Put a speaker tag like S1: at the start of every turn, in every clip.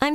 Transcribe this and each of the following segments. S1: I'm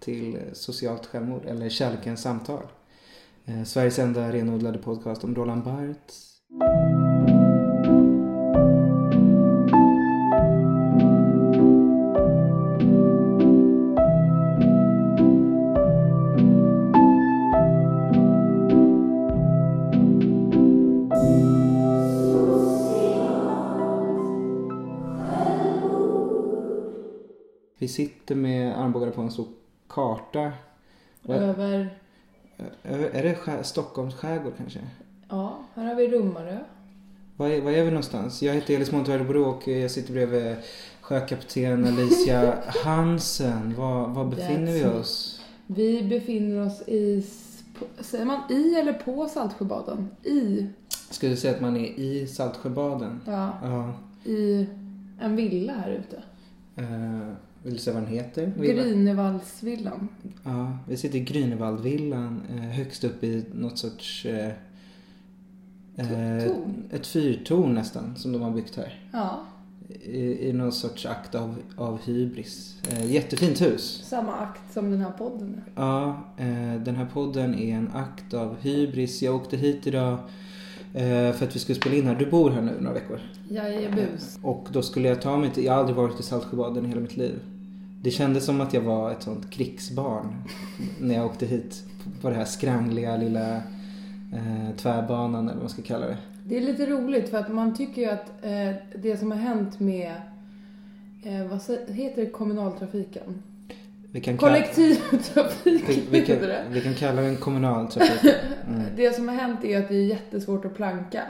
S2: till Socialt självmord eller Kärlekens samtal. Eh, Sveriges enda renodlade podcast om Roland Barthes. Vi sitter med armbågarna på en stor karta.
S3: Över,
S2: Ö- Är det skär, Stockholms skärgård kanske?
S3: ja, här har vi Rummarö.
S2: Var är, var är vi någonstans? Jag heter Elis Monteverbro och eh, jag sitter bredvid sjökapten Alicia Hansen. Var, var befinner vi
S3: That's-
S2: oss?
S3: Vi befinner oss i, s- på- säger man i eller på Saltsjöbaden? I,
S2: Skulle du säga att man är i Saltsjöbaden?
S3: ja,
S2: Ja.
S3: i en villa här ute.
S2: Eh, vill du säga vad den heter?
S3: Grynevallsvillan.
S2: Ja, vi sitter i Grünewaldvillan eh, högst upp i något sorts... Eh, eh,
S3: Torn.
S2: ett fyrtorn nästan som de har byggt här.
S3: Ja,
S2: I, i någon sorts akt av, av hybris. Eh, jättefint hus.
S3: samma akt som den här podden är.
S2: Ja, eh, den här podden är en akt av hybris. Jag åkte hit idag eh, för att vi skulle spela in här. Du bor här nu några veckor.
S3: Jag är bus.
S2: Och då skulle jag ta mig till, jag har aldrig varit i Saltsjöbaden i hela mitt liv. Det kändes som att jag var ett sånt krigsbarn när jag åkte hit på det här skrangliga lilla eh, tvärbanan eller vad man ska kalla det.
S3: Det är lite roligt för att man tycker ju att eh, det som har hänt med, eh, vad sä- heter det, kommunaltrafiken?
S2: Vi kan, kalla, vi,
S3: Kollektivtrafiken
S2: vi
S3: heter
S2: kan,
S3: det.
S2: vi kan kalla den kommunal trafik. Mm.
S3: Det som har hänt är att det är jättesvårt att planka.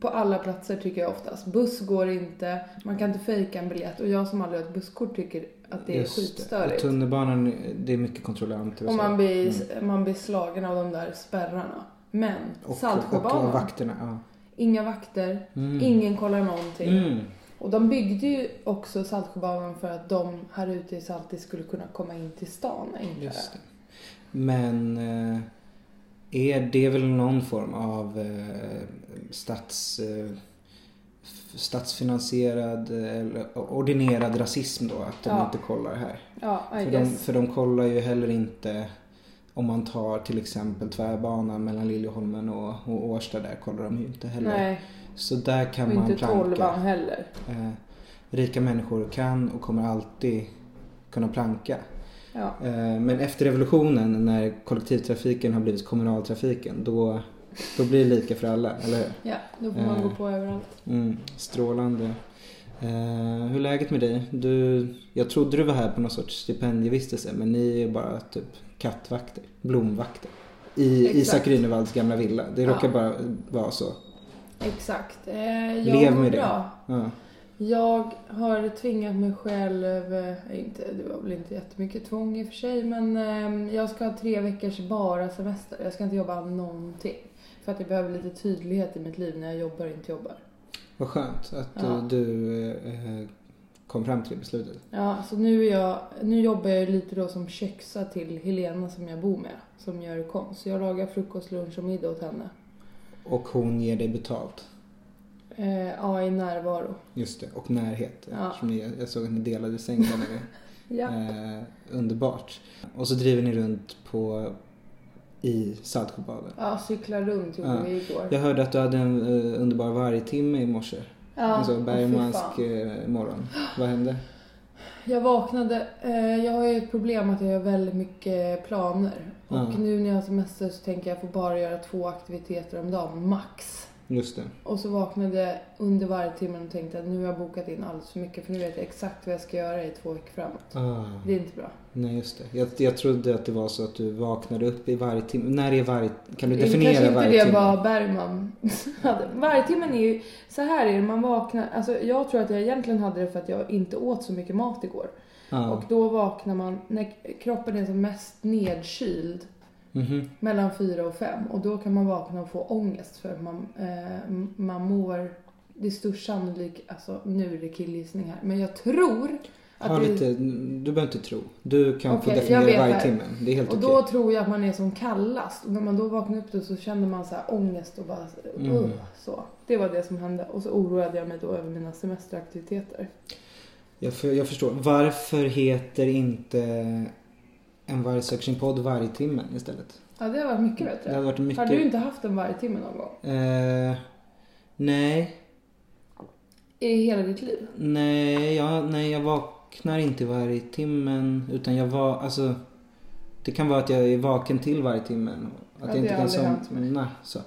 S3: På alla platser tycker jag oftast. Buss går inte, man kan inte fejka en biljett och jag som aldrig har ett busskort tycker att det är
S2: Just Och
S3: skitstörigt.
S2: tunnelbanan, det är mycket kontrollanter
S3: och
S2: så. Mm.
S3: man blir, man blir slagen av de där spärrarna. Men
S2: och,
S3: Saltsjöbadan,
S2: Och vakterna,
S3: inga vakter,
S2: Mm.
S3: ingen kollar någonting.
S2: ja. Mm.
S3: Och de byggde ju också Saltsjöbanan för att de här ute i Saltis skulle kunna komma in till stan enklare.
S2: Just det. Men eh, är det väl någon form av eh, stats, eh, f- statsfinansierad eh, eller ordinerad rasism då? Att de
S3: Ja.
S2: inte kollar här.
S3: Ja, I
S2: För de,
S3: guess.
S2: för de kollar ju heller inte om man tar till exempel tvärbanan mellan Liljeholmen och, och Årsta där kollar de ju inte heller.
S3: Nej,
S2: Så där
S3: och
S2: kan man
S3: inte tolvan
S2: planka.
S3: heller.
S2: Eh, rika människor kan och kommer alltid kunna planka.
S3: Ja.
S2: Eh, Men efter revolutionen när kollektivtrafiken har blivit kommunaltrafiken då, då blir det lika för alla, eller hur?
S3: Ja, då får man
S2: Eh.
S3: gå på överallt.
S2: Mm, strålande. Eh, hur är läget med dig? Du, jag trodde du var här på någon sorts stipendievistelse men ni är bara typ kattvakter, blomvakter. I
S3: Exakt.
S2: Isak Grünewalds gamla villa. Det
S3: Ja.
S2: råkar bara vara så.
S3: Exakt. Eh, jag
S2: Lev
S3: mår
S2: med det.
S3: bra.
S2: Ja.
S3: Jag har tvingat mig själv, eh, inte, det var väl inte jättemycket tvång i och för sig, men eh, jag ska ha tre veckors bara semester. Jag ska inte jobba någonting. För att jag behöver lite tydlighet i mitt liv när jag jobbar och inte jobbar.
S2: Vad skönt att
S3: Ja.
S2: du, du eh, kom fram till det beslutet.
S3: Ja, så nu, är jag, nu jobbar jag ju lite då som köksa till Helena som jag bor med, som gör konst. Så jag lagar frukost, lunch och middag åt henne.
S2: Och hon ger dig betalt.
S3: Eh, ja, i närvaro.
S2: Just det, och närhet.
S3: Ja.
S2: Eftersom ni, jag såg att ni delade säng där nere.
S3: Ja.
S2: Eh, underbart. Och så driver ni runt på i Saltsjöbaden.
S3: Ja, cyklar runt gjorde
S2: Ja.
S3: vi igår.
S2: Jag hörde att du hade en eh, underbar vargtimme i morse.
S3: Ja,
S2: en
S3: och
S2: så
S3: fy
S2: bergmansk
S3: fan.
S2: eh, morgon. Vad hände?
S3: Jag vaknade, eh, jag har ju ett problem att jag gör väldigt mycket planer. Och
S2: Ja.
S3: nu när jag har semester så tänker jag får bara göra två aktiviteter om dagen, max.
S2: Just det.
S3: Och så vaknade jag under varje timme och tänkte att nu har jag bokat in alldeles för mycket för nu vet jag exakt vad jag ska göra i två veckor framåt.
S2: Ah.
S3: Det är inte bra.
S2: Nej, just det. Jag, jag trodde att det var så att du vaknade upp i varje timme. När är varje... Kan du
S3: Kanske
S2: definiera
S3: inte
S2: varje
S3: det
S2: timme?
S3: var Bergman hade. Vargtimmen är ju, så här är det, man vaknar, alltså jag tror att jag egentligen hade det för att jag inte åt så mycket mat igår.
S2: Ja.
S3: Och då vaknar man, när kroppen är som mest nedkyld,
S2: Mhm.
S3: mellan fyra och fem. Och då kan man vakna och få ångest för att man, eh, man mår, det är störst sannolik, alltså nu är det killgissning här, men jag tror att
S2: Ha
S3: det,
S2: lite, du behöver inte tro. Du kan
S3: Okej,
S2: få
S3: jag
S2: definiera
S3: vet
S2: varje
S3: det.
S2: timme. Det är helt
S3: Och
S2: okej.
S3: då tror jag att man är som kallast. Och när man då vaknar upp då så känner man så här ångest och bara
S2: Mm.
S3: uh, så. Det var det som hände. Och så oroade jag mig då över mina semesteraktiviteter.
S2: Jag, för, jag förstår. Varför heter inte en varje section podd varje timme istället?
S3: Ja, det var mycket bättre.
S2: Mm. Det hade varit mycket-
S3: Har du inte haft en varje timme någon gång?
S2: Eh, nej,
S3: I hela ditt liv?
S2: nej, jag, nej, jag vaknar inte varje timmen utan jag var, alltså det kan vara att jag är vaken till varje timmen. Att
S3: Ja,
S2: jag
S3: det
S2: inte
S3: har
S2: kan
S3: aldrig
S2: som,
S3: hänt mig.
S2: nej, så.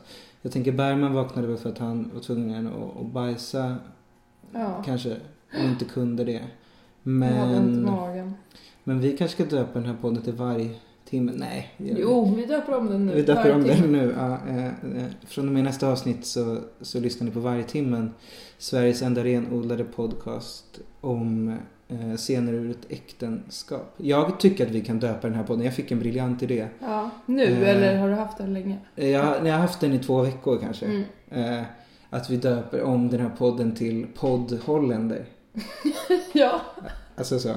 S2: Jag tänker Bergman vaknade väl för att han var tvungen att, att bajsa
S3: Ja.
S2: kanske och inte kunde det.
S3: Jag hade inte
S2: Men,
S3: magen.
S2: men vi kanske ska döpa den här podden till varje timme. Nej. vi gör-
S3: Jo, vi döper om den nu.
S2: Vi döper om
S3: Varje
S2: den
S3: timme.
S2: nu. Ja, eh, eh, från och med nästa avsnitt så, så lyssnar ni på varje timmen. Sveriges enda renodlade podcast om eh, scener ur ett äktenskap. Jag tycker att vi kan döpa den här podden. Jag fick en briljant idé.
S3: Ja. Nu,
S2: Eh.
S3: eller har du haft den länge?
S2: Eh, Jag, jag har haft den i två veckor kanske.
S3: Mm.
S2: Eh, att vi döper om den här podden till Podd Holländer.
S3: Ja,
S2: Alltså så.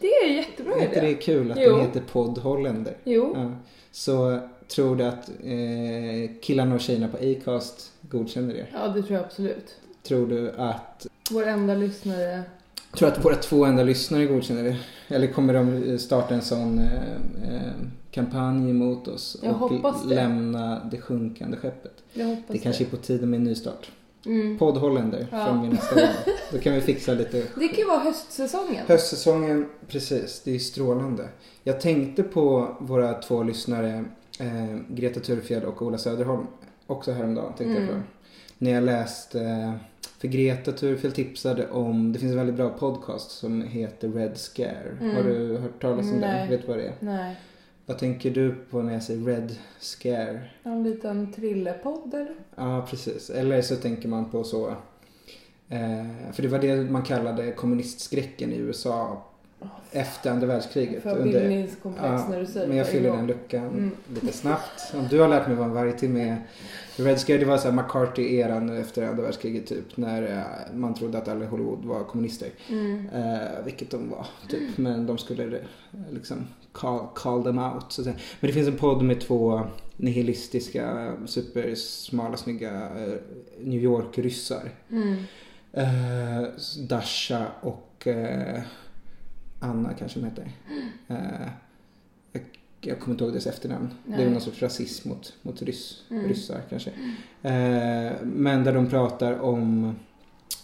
S3: det är en jättebra
S2: Är inte det
S3: idé.
S2: kul att
S3: Jo.
S2: den heter Podd Holländer?
S3: Jo.
S2: Ja. Så tror du att eh, killarna och tjejerna på Acast godkänner det?
S3: Ja, det tror jag absolut.
S2: Tror du att,
S3: Vår enda lyssnare.
S2: tror du att våra två enda lyssnare godkänner det? Eller kommer de eh, starta en sån eh, eh, kampanj emot oss
S3: Jag
S2: och
S3: hoppas det.
S2: lämna det sjunkande skeppet?
S3: Jag hoppas
S2: Det kanske är på tiden med en nystart.
S3: Mm.
S2: Podd Holländer
S3: Ja.
S2: från min nästa gång. Då kan vi fixa lite.
S3: Det kan ju vara höstsäsongen.
S2: Höstsäsongen, precis. Det är strålande. Jag tänkte på våra två lyssnare eh, Greta Thurfjell och Ola Söderholm också häromdagen. Tänkte jag på. När jag läste, eh, för Greta Thurfjell tipsade om, det finns en väldigt bra podcast som heter Red Scare. Har du hört talas om
S3: Nej.
S2: det? Vet du vad det är?
S3: Nej.
S2: Vad tänker du på när jag säger Red Scare?
S3: En liten trillepodd eller?
S2: Ja, precis. Eller så tänker man på så. Eh, för det var det man kallade kommunistskräcken i USA efter andra världskriget.
S3: För
S2: Under-
S3: bildningskomplex när du säger
S2: men jag
S3: det.
S2: fyller
S3: Ja. Mm.
S2: den luckan lite snabbt. Om du har lärt mig vad en vargtimme är. Red Scare, det var så här McCarthy-eran efter andra världskriget typ. När eh, man trodde att alla i Hollywood var kommunister.
S3: Mm.
S2: Eh, vilket de var typ. Men de skulle eh, liksom call, call them out. Så att säga. Men det finns en podd med två nihilistiska, supersmala, snygga eh, New York-ryssar.
S3: Mm.
S2: Eh, Dasha och eh, Anna kanske de heter. Eh, jag, jag kommer inte ihåg deras efternamn. Det är väl någon sorts rasism mot, mot ryss, ryssar kanske. Eh, men där de pratar om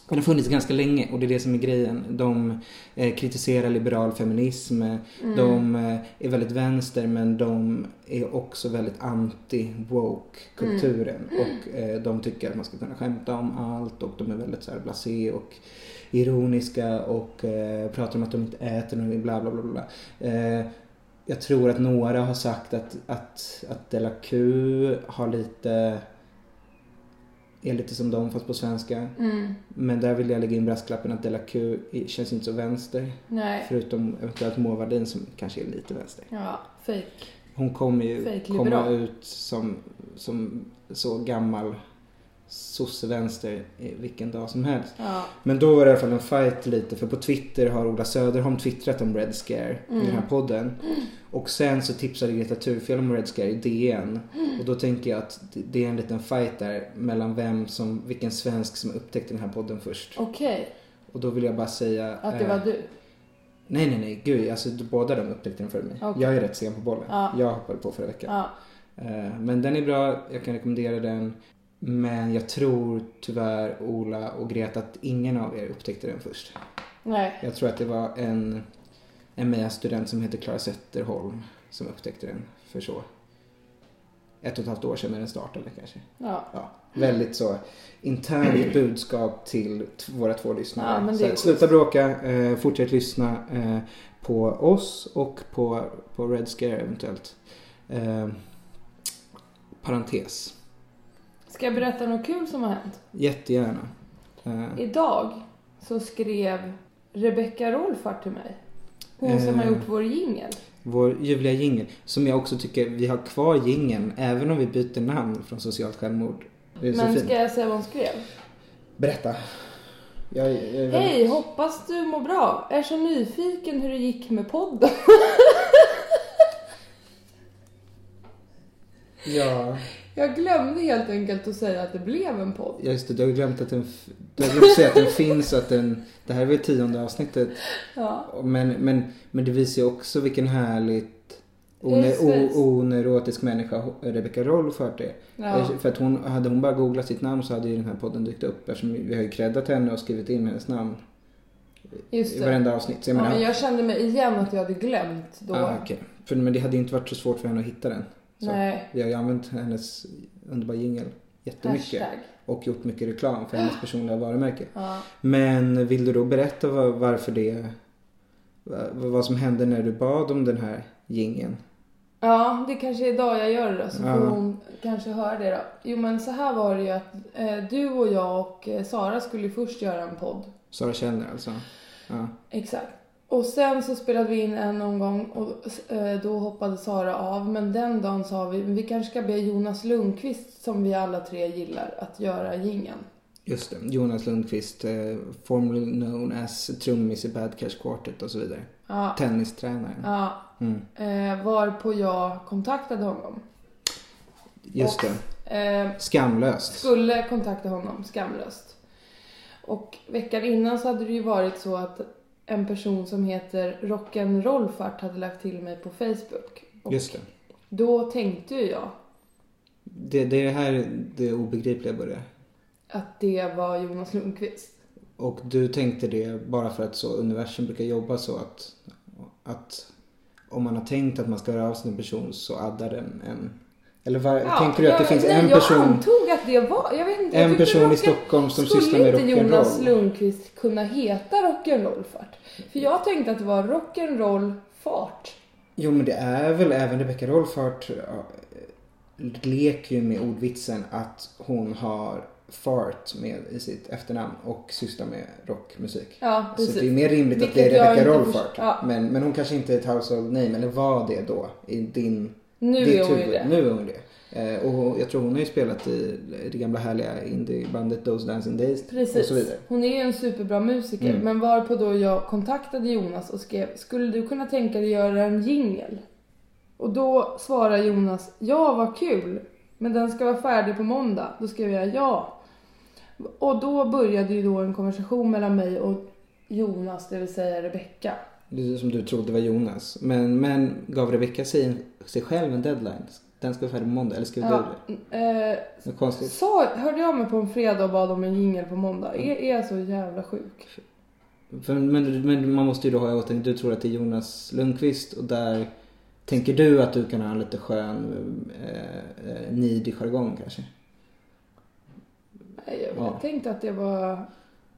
S2: den har funnits ganska länge och det är det som är grejen. De eh, kritiserar liberal feminism. eh, De eh, är väldigt vänster men de är också väldigt anti-woke kulturen. Och eh, de tycker att man ska kunna skämta om allt och de är väldigt så här blasé och ironiska och eh, pratar om att de inte äter och bla bla bla. bla. Eh, jag tror att några har sagt att, att, att Della Q har lite är lite som dem fast på svenska.
S3: Mm,
S2: Men där vill jag lägga in brasklappen att Della Q i- känns inte så vänster.
S3: Nej.
S2: Förutom eventuellt Moa Wallin som kanske är lite vänster.
S3: Ja, fake.
S2: Hon kommer ju
S3: Fake
S2: komma
S3: liberal.
S2: ut som, som så gammal sossevänster eh, vilken dag som helst.
S3: Ja.
S2: Men då var det i alla fall en fight lite för på Twitter har Ola Söderholm twittrat om Red Scare i
S3: Mm.
S2: den här podden. Och sen så tipsade Greta Thurfjell om Red Scare i DN. Och då tänker jag att det- det är en liten fight där mellan vem som, vilken svensk som upptäckte den här podden först.
S3: Okej,
S2: Och då vill jag bara säga...
S3: att det
S2: eh,
S3: var du.
S2: Nej, nej, nej. Gud, alltså d- båda de upptäckte den för mig.
S3: Okej.
S2: Jag är rätt sen på bollen.
S3: Ja.
S2: Jag hoppade på förra veckan.
S3: Ja.
S2: Eh, Men den är bra, jag kan rekommendera den. Men jag tror tyvärr, Ola och Greta, att ingen av er upptäckte den först.
S3: Nej.
S2: Jag tror att det var en, en Meja-student som heter Clara Zetterholm som upptäckte den för så ett och ett halvt år sedan när den startade kanske.
S3: Ja.
S2: Ja, väldigt så internt budskap till t- våra två lyssnare.
S3: Ja, men det
S2: så
S3: är
S2: här,
S3: schysst.
S2: sluta bråka, eh, fortsätt lyssna eh, på oss och på, på Red Scare eventuellt. Eh, parentes.
S3: Ska jag berätta något kul som har hänt?
S2: Jättegärna. Eh,
S3: Idag så skrev Rebecca Rolfart till mig. Hon som har
S2: Eh.
S3: gjort vår jingel.
S2: vår ljuvliga jingel, som jag också tycker vi har kvar jingeln även om vi byter namn från socialt självmord. Det är så
S3: Men
S2: fint.
S3: ska jag säga vad hon skrev?
S2: Berätta. Jag, jag, är väldigt-
S3: Hej, hoppas du mår bra. Är så nyfiken hur det gick med podden.
S2: Ja.
S3: Jag glömde helt enkelt att säga att det blev en podd.
S2: Ja, just det, du har glömt att den, f- du har glömt säga att den finns och att den, det här är väl tionde avsnittet.
S3: Ja.
S2: Men, men, men det visar ju också vilken härligt one- o-
S3: Precis.
S2: oneurotisk människa Rebecca Rolfart är.
S3: Ja.
S2: Eh, För att hon, hade hon bara googlat sitt namn så hade ju den här podden dykt upp eftersom vi har ju creddat henne och skrivit in hennes namn
S3: Just
S2: i
S3: det.
S2: varenda avsnitt. Så jag
S3: Ja,
S2: menar,
S3: men jag kände mig igen att jag hade glömt då.
S2: ah, okej. för, men det hade ju inte varit så svårt för henne att hitta den. Så
S3: Nej.
S2: Vi har ju använt hennes underbara jingel jättemycket.
S3: Hashtag.
S2: Och gjort mycket reklam för hennes personliga varumärke.
S3: Ja.
S2: Men vill du då berätta var, varför det... va- Vad som hände när du bad om den här gingen?
S3: Ja, det kanske är idag jag gör det då, så får
S2: Ja.
S3: hon kanske höra det då. Jo men så här var det ju att eh, du och jag och eh, Sara skulle ju först göra en podd.
S2: Sara Källner alltså. Ja.
S3: Exakt. Och sen så spelade vi in en omgång och eh, då hoppade Sara av. Men den dagen sa vi, "Men vi kanske ska be Jonas Lundqvist som vi alla tre gillar att göra gingen.
S2: Just det, Jonas Lundqvist, eh, formerly known as trummis i Bad Cash Quartet och så vidare.
S3: Ja.
S2: Tennistränaren.
S3: Ja.
S2: Mm.
S3: Eh, varpå jag kontaktade honom.
S2: Just det,
S3: Eh,
S2: skamlöst.
S3: skulle kontakta honom skamlöst. Och veckan innan så hade det ju varit så att en person som heter Rock'n'Rollfart hade lagt till mig på Facebook. Och
S2: Just det.
S3: då tänkte ju jag
S2: det. Det är här det obegripliga börjar.
S3: att det var Jonas Lundqvist.
S2: Och du tänkte det bara för att så universum brukar jobba så att, att om man har tänkt att man ska höra av sig till en person så addar den en. Eller var, tänker du att det
S3: jag-
S2: finns
S3: nej,
S2: en
S3: Jag
S2: person?
S3: antog att det var, jag vet inte. jag
S2: en
S3: tyckte
S2: person i
S3: rocken-
S2: Stockholm som sysslar med
S3: Skulle inte Jonas
S2: rock'n'roll?
S3: Lundqvist kunna heta Rock'n'Rollfart? För jag tänkte att det var Rock'n'Rollfart.
S2: Jo men det är väl även Rebecca Rolfart ja, leker ju med ordvitsen att hon har fart med i sitt efternamn och sysslar med rockmusik.
S3: Ja,
S2: så
S3: precis.
S2: det är ju mer rimligt att det är
S3: Vilket jag
S2: Rebecca
S3: inte först-
S2: Rolfart.
S3: ja.
S2: Men, men hon kanske inte är ett household name eller var det då i din
S3: Nu
S2: ditt
S3: är hon ju
S2: huvud.
S3: det.
S2: Nu är hon det. Eh, och jag tror hon har ju spelat i det gamla härliga indiebandet Those Dancing Days och
S3: Precis.
S2: så vidare. Mm.
S3: Hon är ju en superbra musiker. Men varpå då jag kontaktade Jonas och skrev, skulle du kunna tänka dig göra en jingel? Och då svarar Jonas, ja vad kul, men den ska vara färdig på måndag. Då skrev jag ja. Och då började ju då en konversation mellan mig och Jonas, det vill säga Rebecka.
S2: Det Som du trodde var Jonas. Men, men gav Rebecca sig, sig själv en deadline? Den ska vara färdig på måndag, eller skrev
S3: Ja,
S2: du
S3: eh,
S2: det? Något konstigt.
S3: så hörde jag mig på en fredag och bad om en jingel på måndag.
S2: Mm.
S3: Är, är jag så jävla sjuk?
S2: För, men, men man måste ju då ha i åtanke, du tror att det är Jonas Lundqvist och där tänker du att du kan ha en lite skön eh, eh, nidig jargong kanske?
S3: Nej, Jag
S2: Ja.
S3: tänkte att det var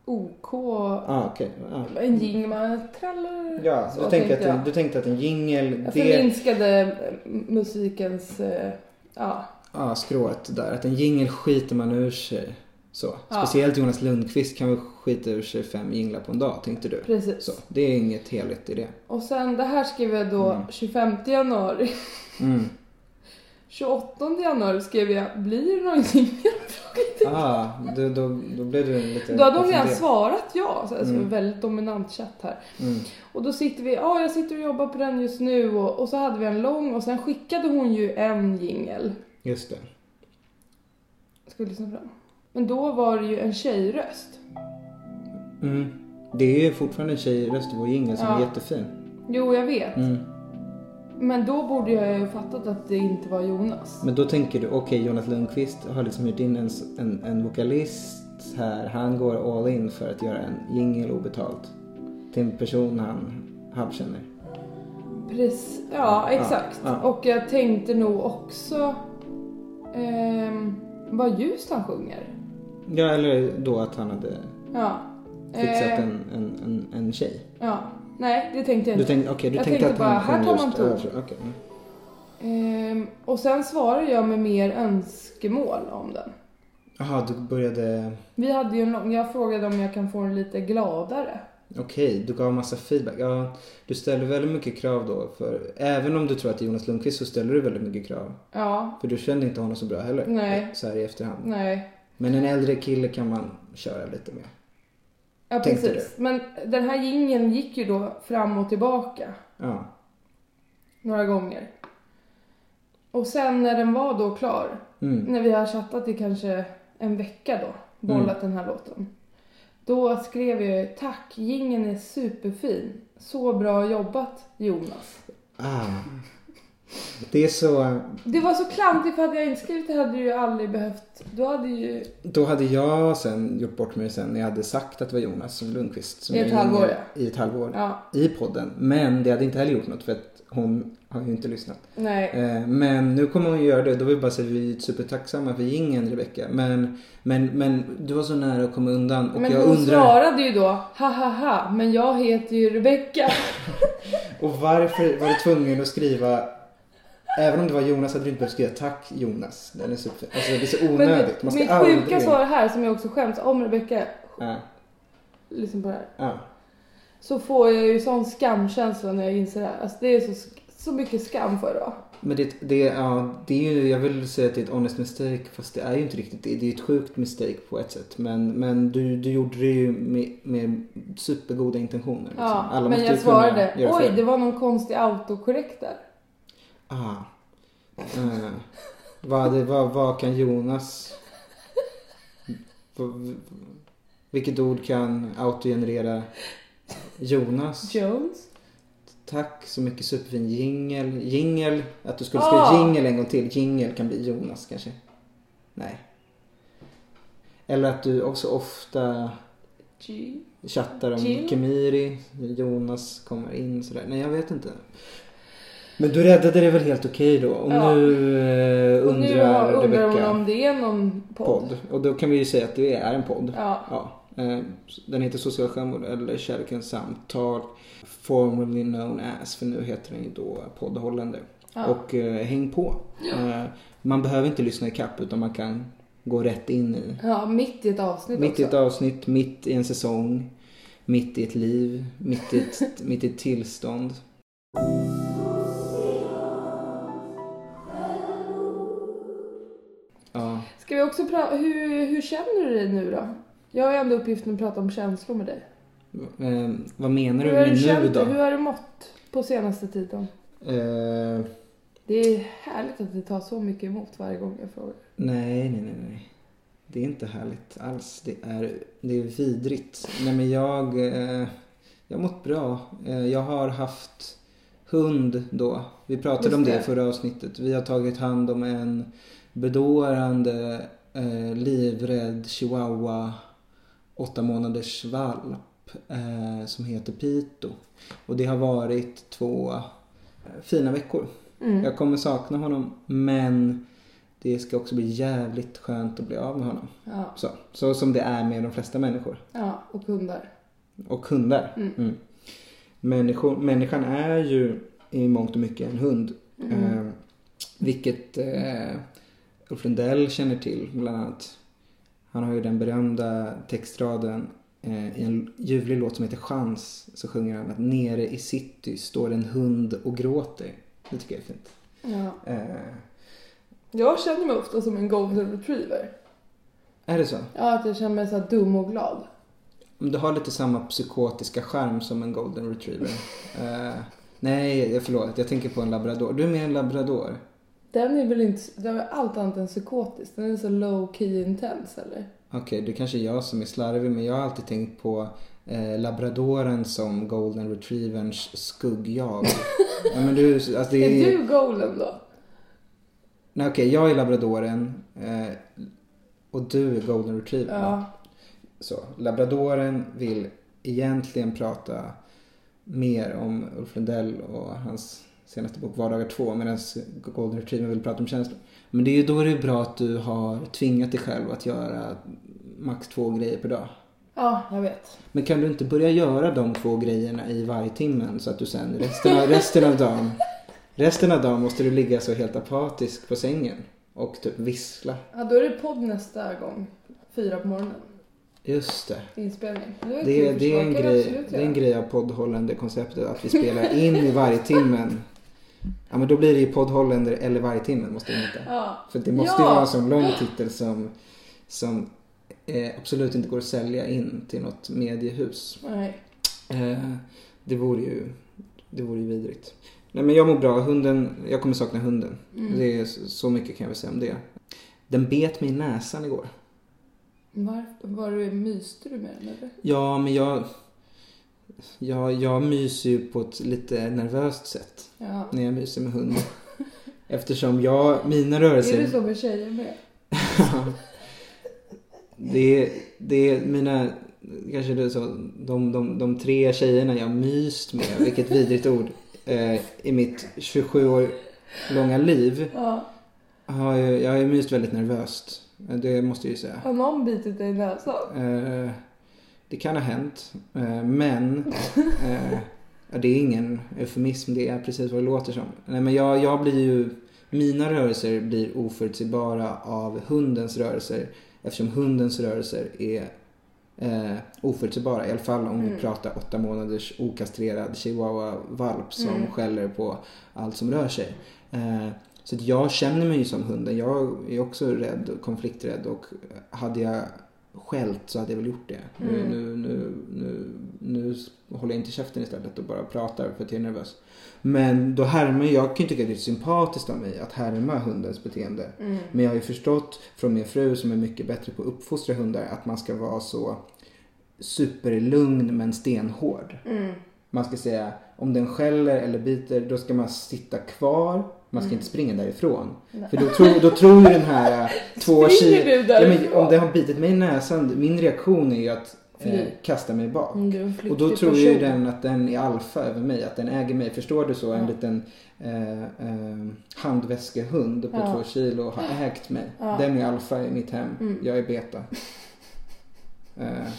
S3: OK
S2: Ja, ah, okej. ja.
S3: En jing man trallar.
S2: Ja,
S3: Så
S2: du tänkte,
S3: tänkte
S2: att, du tänkte att en jingel,
S3: jag. Jag
S2: det...
S3: förminskade eh, musikens, eh, ja.
S2: Ja, skrået där. Att en jingel skiter man ur sig. Så. Speciellt Jonas Lundqvist kan väl skita ur sig fem jinglar på en dag, tänkte du.
S3: Precis.
S2: Så, det är inget heligt i det. Mm.
S3: Och sen det här skrev jag då 25 januari. 28 januari skrev jag, blir det någon jingel?
S2: Ah, då, då, då blev du lite...
S3: Då hade hon redan
S2: konfunderad.
S3: svarat ja. Så alltså,
S2: Mm.
S3: en Väldigt dominant chatt här. Och då sitter vi, ja jag sitter och jobbar på den just nu och, och så hade vi en lång och sen skickade hon ju en jingel.
S2: Just det.
S3: Jag Ska vi lyssna på den? Men då var det ju en tjejröst.
S2: Mm. Det är fortfarande en tjejröst i vår jingel som är
S3: Ja.
S2: jättefin.
S3: Jo jag vet.
S2: Mm.
S3: Men då borde jag ju fattat att det inte var Jonas.
S2: Men då tänker du, okej Jonas Lundqvist har liksom hyrt in en, s- en, en vokalist här. Han går all in för att göra en jingel obetalt. Till en person han halvkänner.
S3: Precis, ja exakt.
S2: ja.
S3: Och jag tänkte nog också ehm, vad ljust han sjunger.
S2: Ja, eller då att han hade
S3: Ja.
S2: fixat
S3: Eh,
S2: en, en, en, en tjej.
S3: ja. Nej, det tänkte jag
S2: Du
S3: inte.
S2: tänkte, okej, du
S3: jag
S2: tänkte, att
S3: bara,
S2: han
S3: här
S2: sjöng
S3: tar man
S2: just
S3: ton.
S2: över. Okej.
S3: Ehm, och sen svarade jag med mer önskemål om den.
S2: Jaha, du började...
S3: Vi hade ju en lång, jag frågade om jag kan få den lite gladare.
S2: Okej, du gav massa feedback. Ja, du ställer väldigt mycket krav då. För även om du tror att det är Jonas Lundqvist så ställer du väldigt mycket krav.
S3: Ja,
S2: För du kände inte honom så bra heller. eh,
S3: Nej.
S2: Så här i efterhand.
S3: nej.
S2: Men en äldre kille kan man köra lite med.
S3: Ja,
S2: Tänkte
S3: precis. Men den här jingeln gick ju då fram och tillbaka.
S2: Ja.
S3: några gånger. Och sen när den var då klar,
S2: Mm.
S3: när vi har chattat i kanske en vecka då, bollat
S2: Mm.
S3: den här låten. Då skrev jag ju, tack, jingeln är superfin. Så bra jobbat Jonas.
S2: Ah. Det är så...
S3: Det var så klantigt för hade jag inte skrivit det hade du ju aldrig behövt, du hade ju
S2: Då hade jag sen gjort bort mig sen när jag hade sagt att det var Jonas som Lundqvist. Som
S3: I ett
S2: jag ringer
S3: halvår,
S2: I ett halvår.
S3: Ja.
S2: I podden. Men det hade inte heller gjort något för att hon har ju inte lyssnat.
S3: Nej.
S2: Eh, Men nu kommer hon göra det. Då vill jag bara säga att vi är supertacksamma för gingen Rebecka. Men, men, men du var så nära att komma undan. Och
S3: Men
S2: jag
S3: hon
S2: undrar...
S3: svarade ju då, ha ha ha, men jag heter ju Rebecka.
S2: Och varför var du tvungen att skriva Även om det var Jonas hade du inte behövt skriva tack Jonas. Den är super... Alltså det är så
S3: Men
S2: onödigt. Man ska
S3: mitt
S2: aldrig...
S3: sjuka svar här som jag också skäms om Rebecka,
S2: Ja,
S3: lyssna på det här.
S2: ja.
S3: så får jag ju sån skamkänsla när jag inser det här. Alltså det är så, sk- så mycket skam för då.
S2: Men det, det, ja, det är ju, jag vill säga att det är ett honest mistake fast det är ju inte riktigt det. Det är ju ett sjukt mistake på ett sätt. Men, men du, du gjorde det ju med, med supergoda intentioner. Liksom.
S3: Ja,
S2: Alla
S3: men
S2: måste
S3: jag
S2: ju kunna
S3: svarade,
S2: göra
S3: oj
S2: fel."
S3: det var någon konstig autokorrekt där.
S2: Ah. Eh. vad, det- vad, vad kan Jonas... v- Vilket ord kan autogenerera Jonas?
S3: Jones?
S2: Tack så mycket superfin jingel. Jingel, att du skulle
S3: Ah.
S2: skriva jingel en gång till. Jingel kan bli Jonas kanske. Nej. Eller att du också ofta
S3: G?
S2: chattar om
S3: Jill.
S2: Kemiri. Jonas kommer in sådär. Nej, jag vet inte. Men du räddade det väl helt okej då? Och
S3: Ja.
S2: nu eh,
S3: Och nu har-
S2: undrar
S3: undrar hon
S2: Rebecka
S3: om det är någon podd.
S2: podd. Och då kan vi ju säga att det är en podd.
S3: Ja.
S2: Eh, Den heter Social självmord eller Kärlekens samtal. Formerly known as. För nu heter den ju då Poddhållande. Och eh, häng på. Eh, man behöver inte lyssna i kapp utan man kan gå rätt in i
S3: Ja, mitt i ett avsnitt
S2: mitt
S3: också.
S2: i ett avsnitt, mitt i en säsong, mitt i ett liv, mitt i ett, mitt i ett tillstånd. Ja,
S3: Ska vi också pra- hur, hur känner du dig nu då? Jag har ju ändå uppgiften att prata om känslor med dig.
S2: eh, vad menar du
S3: Hur har du
S2: med nu
S3: känt
S2: då?
S3: dig? Hur har du mått på senaste tiden?
S2: Eh,
S3: Det är härligt att det tar så mycket emot varje gång jag frågar.
S2: nej, nej, nej, nej. Det är inte härligt alls. Det är, det är vidrigt. Nej, men jag, eh, jag har mått bra. Eh, jag har haft hund då. Vi pratade
S3: Just
S2: om det
S3: det.
S2: i förra avsnittet. Vi har tagit hand om en bedårande, eh, livrädd chihuahua, åtta månaders valp eh, som heter Pito. Och det har varit två eh, fina veckor. Jag kommer sakna honom men det ska också bli jävligt skönt att bli av med honom. Så, så som det är med de flesta människor.
S3: Ja, och hundar.
S2: Och hundar. Mm. Människor, människan är ju i mångt och mycket en hund. Eh, vilket eh, Ulf Lundell känner till bland annat. Han har ju den berömda textraden eh, i en ljuvlig låt som heter Chans. Så sjunger han att nere i city står en hund och gråter. Det tycker jag är fint.
S3: Ja.
S2: Eh,
S3: Jag känner mig ofta som en golden retriever.
S2: Är det så?
S3: Ja, att jag känner mig så här dum och glad.
S2: Om Du har lite samma psykotiska skärm som en golden retriever. Eh, nej, förlåt. Jag tänker på en labrador. Du är mer en labrador.
S3: Den är väl inte, den är allt annat än psykotisk. Den är så low key intense eller?
S2: Okej, det kanske är jag som är slarvig men jag har alltid tänkt på eh, labradoren som golden retrieverns skuggjag. ja, men du, alltså det
S3: Är
S2: är...
S3: du golden då?
S2: Nej, okej, jag är labradoren eh, och du är golden retriever. va? Så, labradoren vill egentligen prata mer om Ulf Lundell och hans senaste bok Vardagar 2 medan golden retriever vill prata om känslor. Men det är ju då det är bra att du har tvingat dig själv att göra max två grejer per dag.
S3: Ja, jag vet.
S2: Men kan du inte börja göra de två grejerna i varje timmen så att du sen resten av, resten av dagen Resten av dagen måste du ligga så helt apatisk på sängen och typ vissla.
S3: Ja, då är det podd nästa gång. Fyra på morgonen.
S2: Just det.
S3: Inspelning. Det, är
S2: Det, är-
S3: kul
S2: det, är, en
S3: förslag, kan
S2: grej,
S3: jag absolut
S2: det är en
S3: göra.
S2: grej av poddhållande konceptet att vi spelar in i varje timmen. Ja men då blir det ju poddhållande eller varje timmen måste det heta.
S3: Ja.
S2: För det måste ju
S3: Ja.
S2: vara en sån lång titel som, som eh, absolut inte går att sälja in till något mediehus.
S3: Nej.
S2: Eh, det vore ju, det vore ju vidrigt. Nej men jag mår bra. Hunden, jag kommer sakna hunden.
S3: Mm.
S2: Det är så så mycket kan jag väl säga om det. Den bet mig i näsan igår.
S3: Varför? Var du, myste du med den eller?
S2: Ja men jag, jag, jag myser ju på ett lite nervöst sätt
S3: Ja.
S2: när jag myser med hunden. Eftersom jag, mina
S3: Är
S2: rörelser,
S3: du så med tjejer med?
S2: det, är- det är mina, kanske du sa, de, de, de tre tjejerna jag myst med, vilket vidrigt ord, eh, i mitt 27 år långa liv.
S3: Ja.
S2: har jag, jag har ju myst väldigt nervöst. Det måste jag ju säga.
S3: Har någon bitit dig i näsan?
S2: Eh, det kan ha hänt. Eh, men eh, ja, det är ingen eufemism. Det är precis vad det låter som. Nej, men jag, jag blir ju... Mina rörelser blir oförutsägbara av hundens rörelser. Eftersom hundens rörelser är eh, oförutsägbara. I alla fall om vi pratar åtta månaders okastrerad chihuahua-valp som skäller på allt som rör sig. Eh, så att jag känner mig ju som hunden. Jag är också rädd och konflikträdd och hade jag skällt så hade jag väl gjort det. Nu, nu, nu, nu, nu håller jag inte käften istället och bara pratar för att jag är nervös. Men då härmar jag, jag kan ju tycka att det är sympatiskt av mig att härma hundens beteende. Men jag har ju förstått från min fru som är mycket bättre på att uppfostra hundar att man ska vara så superlugn men stenhård.
S3: Mm.
S2: Man ska säga om den skäller eller biter då ska man sitta kvar. Man
S3: Mm.
S2: ska inte springa därifrån. För då tror, då tror ju den här äh, två
S3: Springer
S2: ki-
S3: du
S2: ja, men,
S3: därifrån?
S2: Om den har bitit mig i näsan, min reaktion är ju att eh,
S3: Fly.
S2: kasta mig bak.
S3: Mm, du är en
S2: Och då
S3: flyktig
S2: tror ju
S3: person.
S2: den att den är alfa över mig, att den äger mig. Förstår du så? En liten eh, eh, handväskehund på två kilo har ägt mig. Den är alfa i mitt hem.
S3: Mm.
S2: Jag är beta. Eh,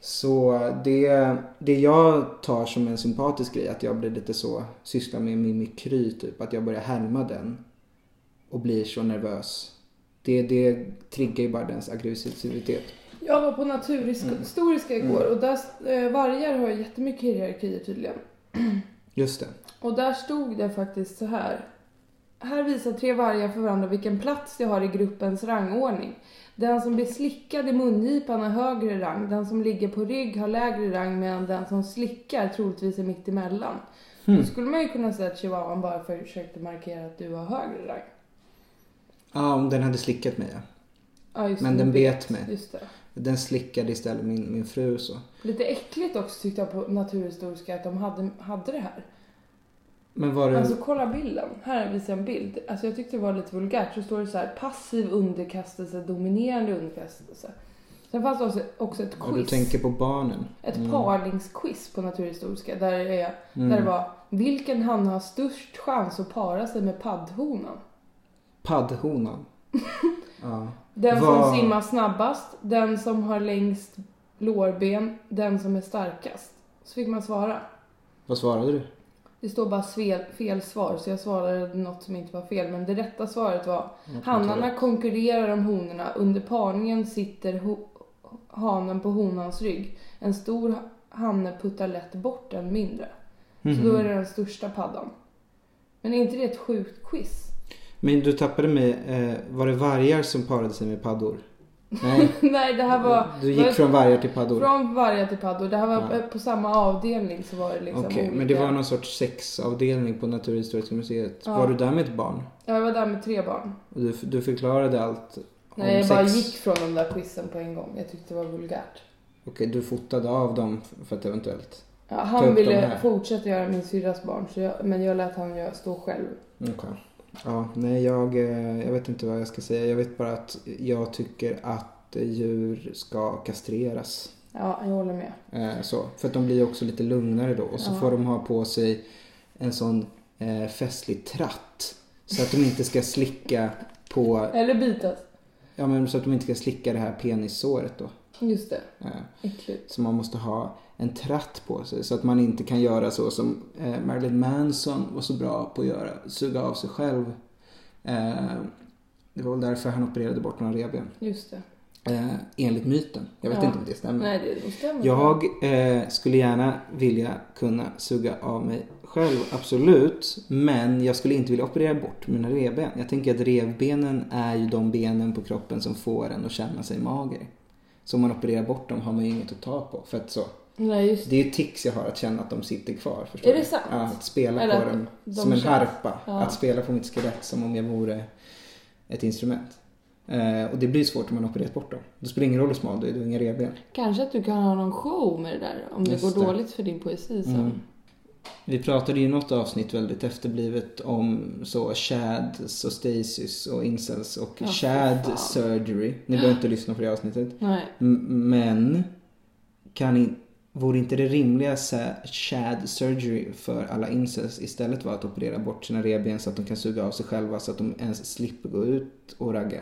S2: Så det, det jag tar som en sympatisk grej, att jag blir lite så, sysslar med mimikry typ, att jag börjar härma den och blir så nervös. Det, det triggar ju bara dens aggressivitet.
S3: Jag var på Naturhistoriska
S2: Mm.
S3: igår och där, eh, vargar har ju jättemycket hierarkier tydligen.
S2: Just det.
S3: Och där stod det faktiskt så här. Här visar tre vargar för varandra vilken plats de har i gruppens rangordning. Den som blir slickad i mungipan har högre rang, den som ligger på rygg har lägre rang medan den som slickar troligtvis är mitt emellan.
S2: Hmm.
S3: Då skulle man ju kunna säga att chihuahuan bara försökte markera att du har högre rang.
S2: Ja, om den hade slickat mig ja.
S3: Ja, just
S2: Men
S3: det,
S2: den bet mig.
S3: Just det.
S2: Den slickade istället min, min fru så.
S3: Lite äckligt också tyckte jag på Naturhistoriska att de hade, hade det här.
S2: Men var det...
S3: Alltså kolla bilden. Här visar jag en bild. Alltså jag tyckte det var lite vulgärt. Så står det så här passiv underkastelse, dominerande underkastelse. Sen fanns det också, också ett
S2: och du
S3: quiz.
S2: tänker på Mm. barnen.
S3: Ett parningsquiz på Naturhistoriska där det, är,
S2: Mm.
S3: där det var vilken han har störst chans att para sig med paddhonan.
S2: Paddhonan.
S3: Den
S2: Vad-
S3: som simmar snabbast, den som har längst lårben, den som är starkast. Så fick man svara.
S2: Vad svarade du?
S3: Det står bara fel, fel svar så jag svarade något som inte var fel. Men det rätta svaret var Hannarna konkurrerar om honorna. Under parningen sitter ho- hanen på honans rygg. En stor hanne puttar lätt bort en
S2: Mhm.
S3: mindre. Så då är det den största paddan. Men är inte det ett sjukt quiz?
S2: Men du tappade mig. Eh, var det vargar som parade sig med paddor? Nej,
S3: Nej, det här var...
S2: du gick
S3: var-
S2: från vargar till paddor.
S3: Från vargar till paddor. Det här var eh, på samma avdelning så var det liksom
S2: Okej, men det
S3: olika.
S2: var någon sorts sexavdelning på Naturhistoriska museet. Var du där med ett barn?
S3: Jag var där med tre barn.
S2: Och du, du förklarade allt om
S3: Nej, jag
S2: sex?
S3: bara gick från de där quizen på en gång. Jag tyckte det var vulgärt.
S2: Okej, du fotade av dem för att eventuellt...
S3: Ja,
S2: Ta
S3: han
S2: upp de här.
S3: ville fortsätta göra min syrras barn, så jag, men jag lät han göra, stå själv.
S2: Okej. Ja, nej jag, eh, jag vet inte vad jag ska säga. Jag vet bara att jag tycker att djur ska kastreras.
S3: Ja, jag håller med.
S2: Eh, så. För att de blir också lite lugnare då. Och så får de ha på sig en sån eh, festlig tratt. Så att de inte ska slicka på,
S3: Eller bitas.
S2: ja men så att de inte ska slicka det här penissåret då.
S3: Just det.
S2: Eh,
S3: Äckligt.
S2: så man måste ha en tratt på sig så att man inte kan göra så som eh, Marilyn Manson var så bra på att göra, suga av sig själv. Eh, det var väl därför han opererade bort några revben.
S3: Just det.
S2: Eh, enligt myten. Jag vet
S3: Ja.
S2: inte om det stämmer.
S3: Nej, det det stämmer.
S2: Jag eh, skulle gärna vilja kunna suga av mig själv, absolut. Men jag skulle inte vilja operera bort mina revben. Jag tänker att revbenen är ju de benen på kroppen som får en att känna sig mager. Så om man opererar bort dem har man ju inget att ta på. För att så,
S3: Nej, just det.
S2: det är ju tics jag har att känna att de sitter kvar. Förstår
S3: Är det
S2: du?
S3: sant?
S2: Ja, att spela
S3: Eller
S2: på
S3: att
S2: dem
S3: de
S2: som en
S3: känns-
S2: harpa.
S3: Ja.
S2: Att spela på mitt skelett som om jag vore ett instrument. Eh, och det blir svårt om man har opererat bort dem. Då spelar det ingen roll hur smal du är, du har inga revben.
S3: Kanske att du kan ha någon show med det där om det
S2: Just
S3: går
S2: det. Mm.
S3: dåligt för din poesi sen.
S2: Vi pratade ju i något avsnitt väldigt efterblivet om så shads och stasis och incels och
S3: Ja, fy
S2: shad
S3: fan.
S2: surgery. Ni behöver inte lyssna på det avsnittet.
S3: Nej.
S2: M- Men kan in, vore inte det rimliga sa- shad surgery för alla incels istället vara att operera bort sina revben så att de kan suga av sig själva så att de ens slipper gå ut och ragga?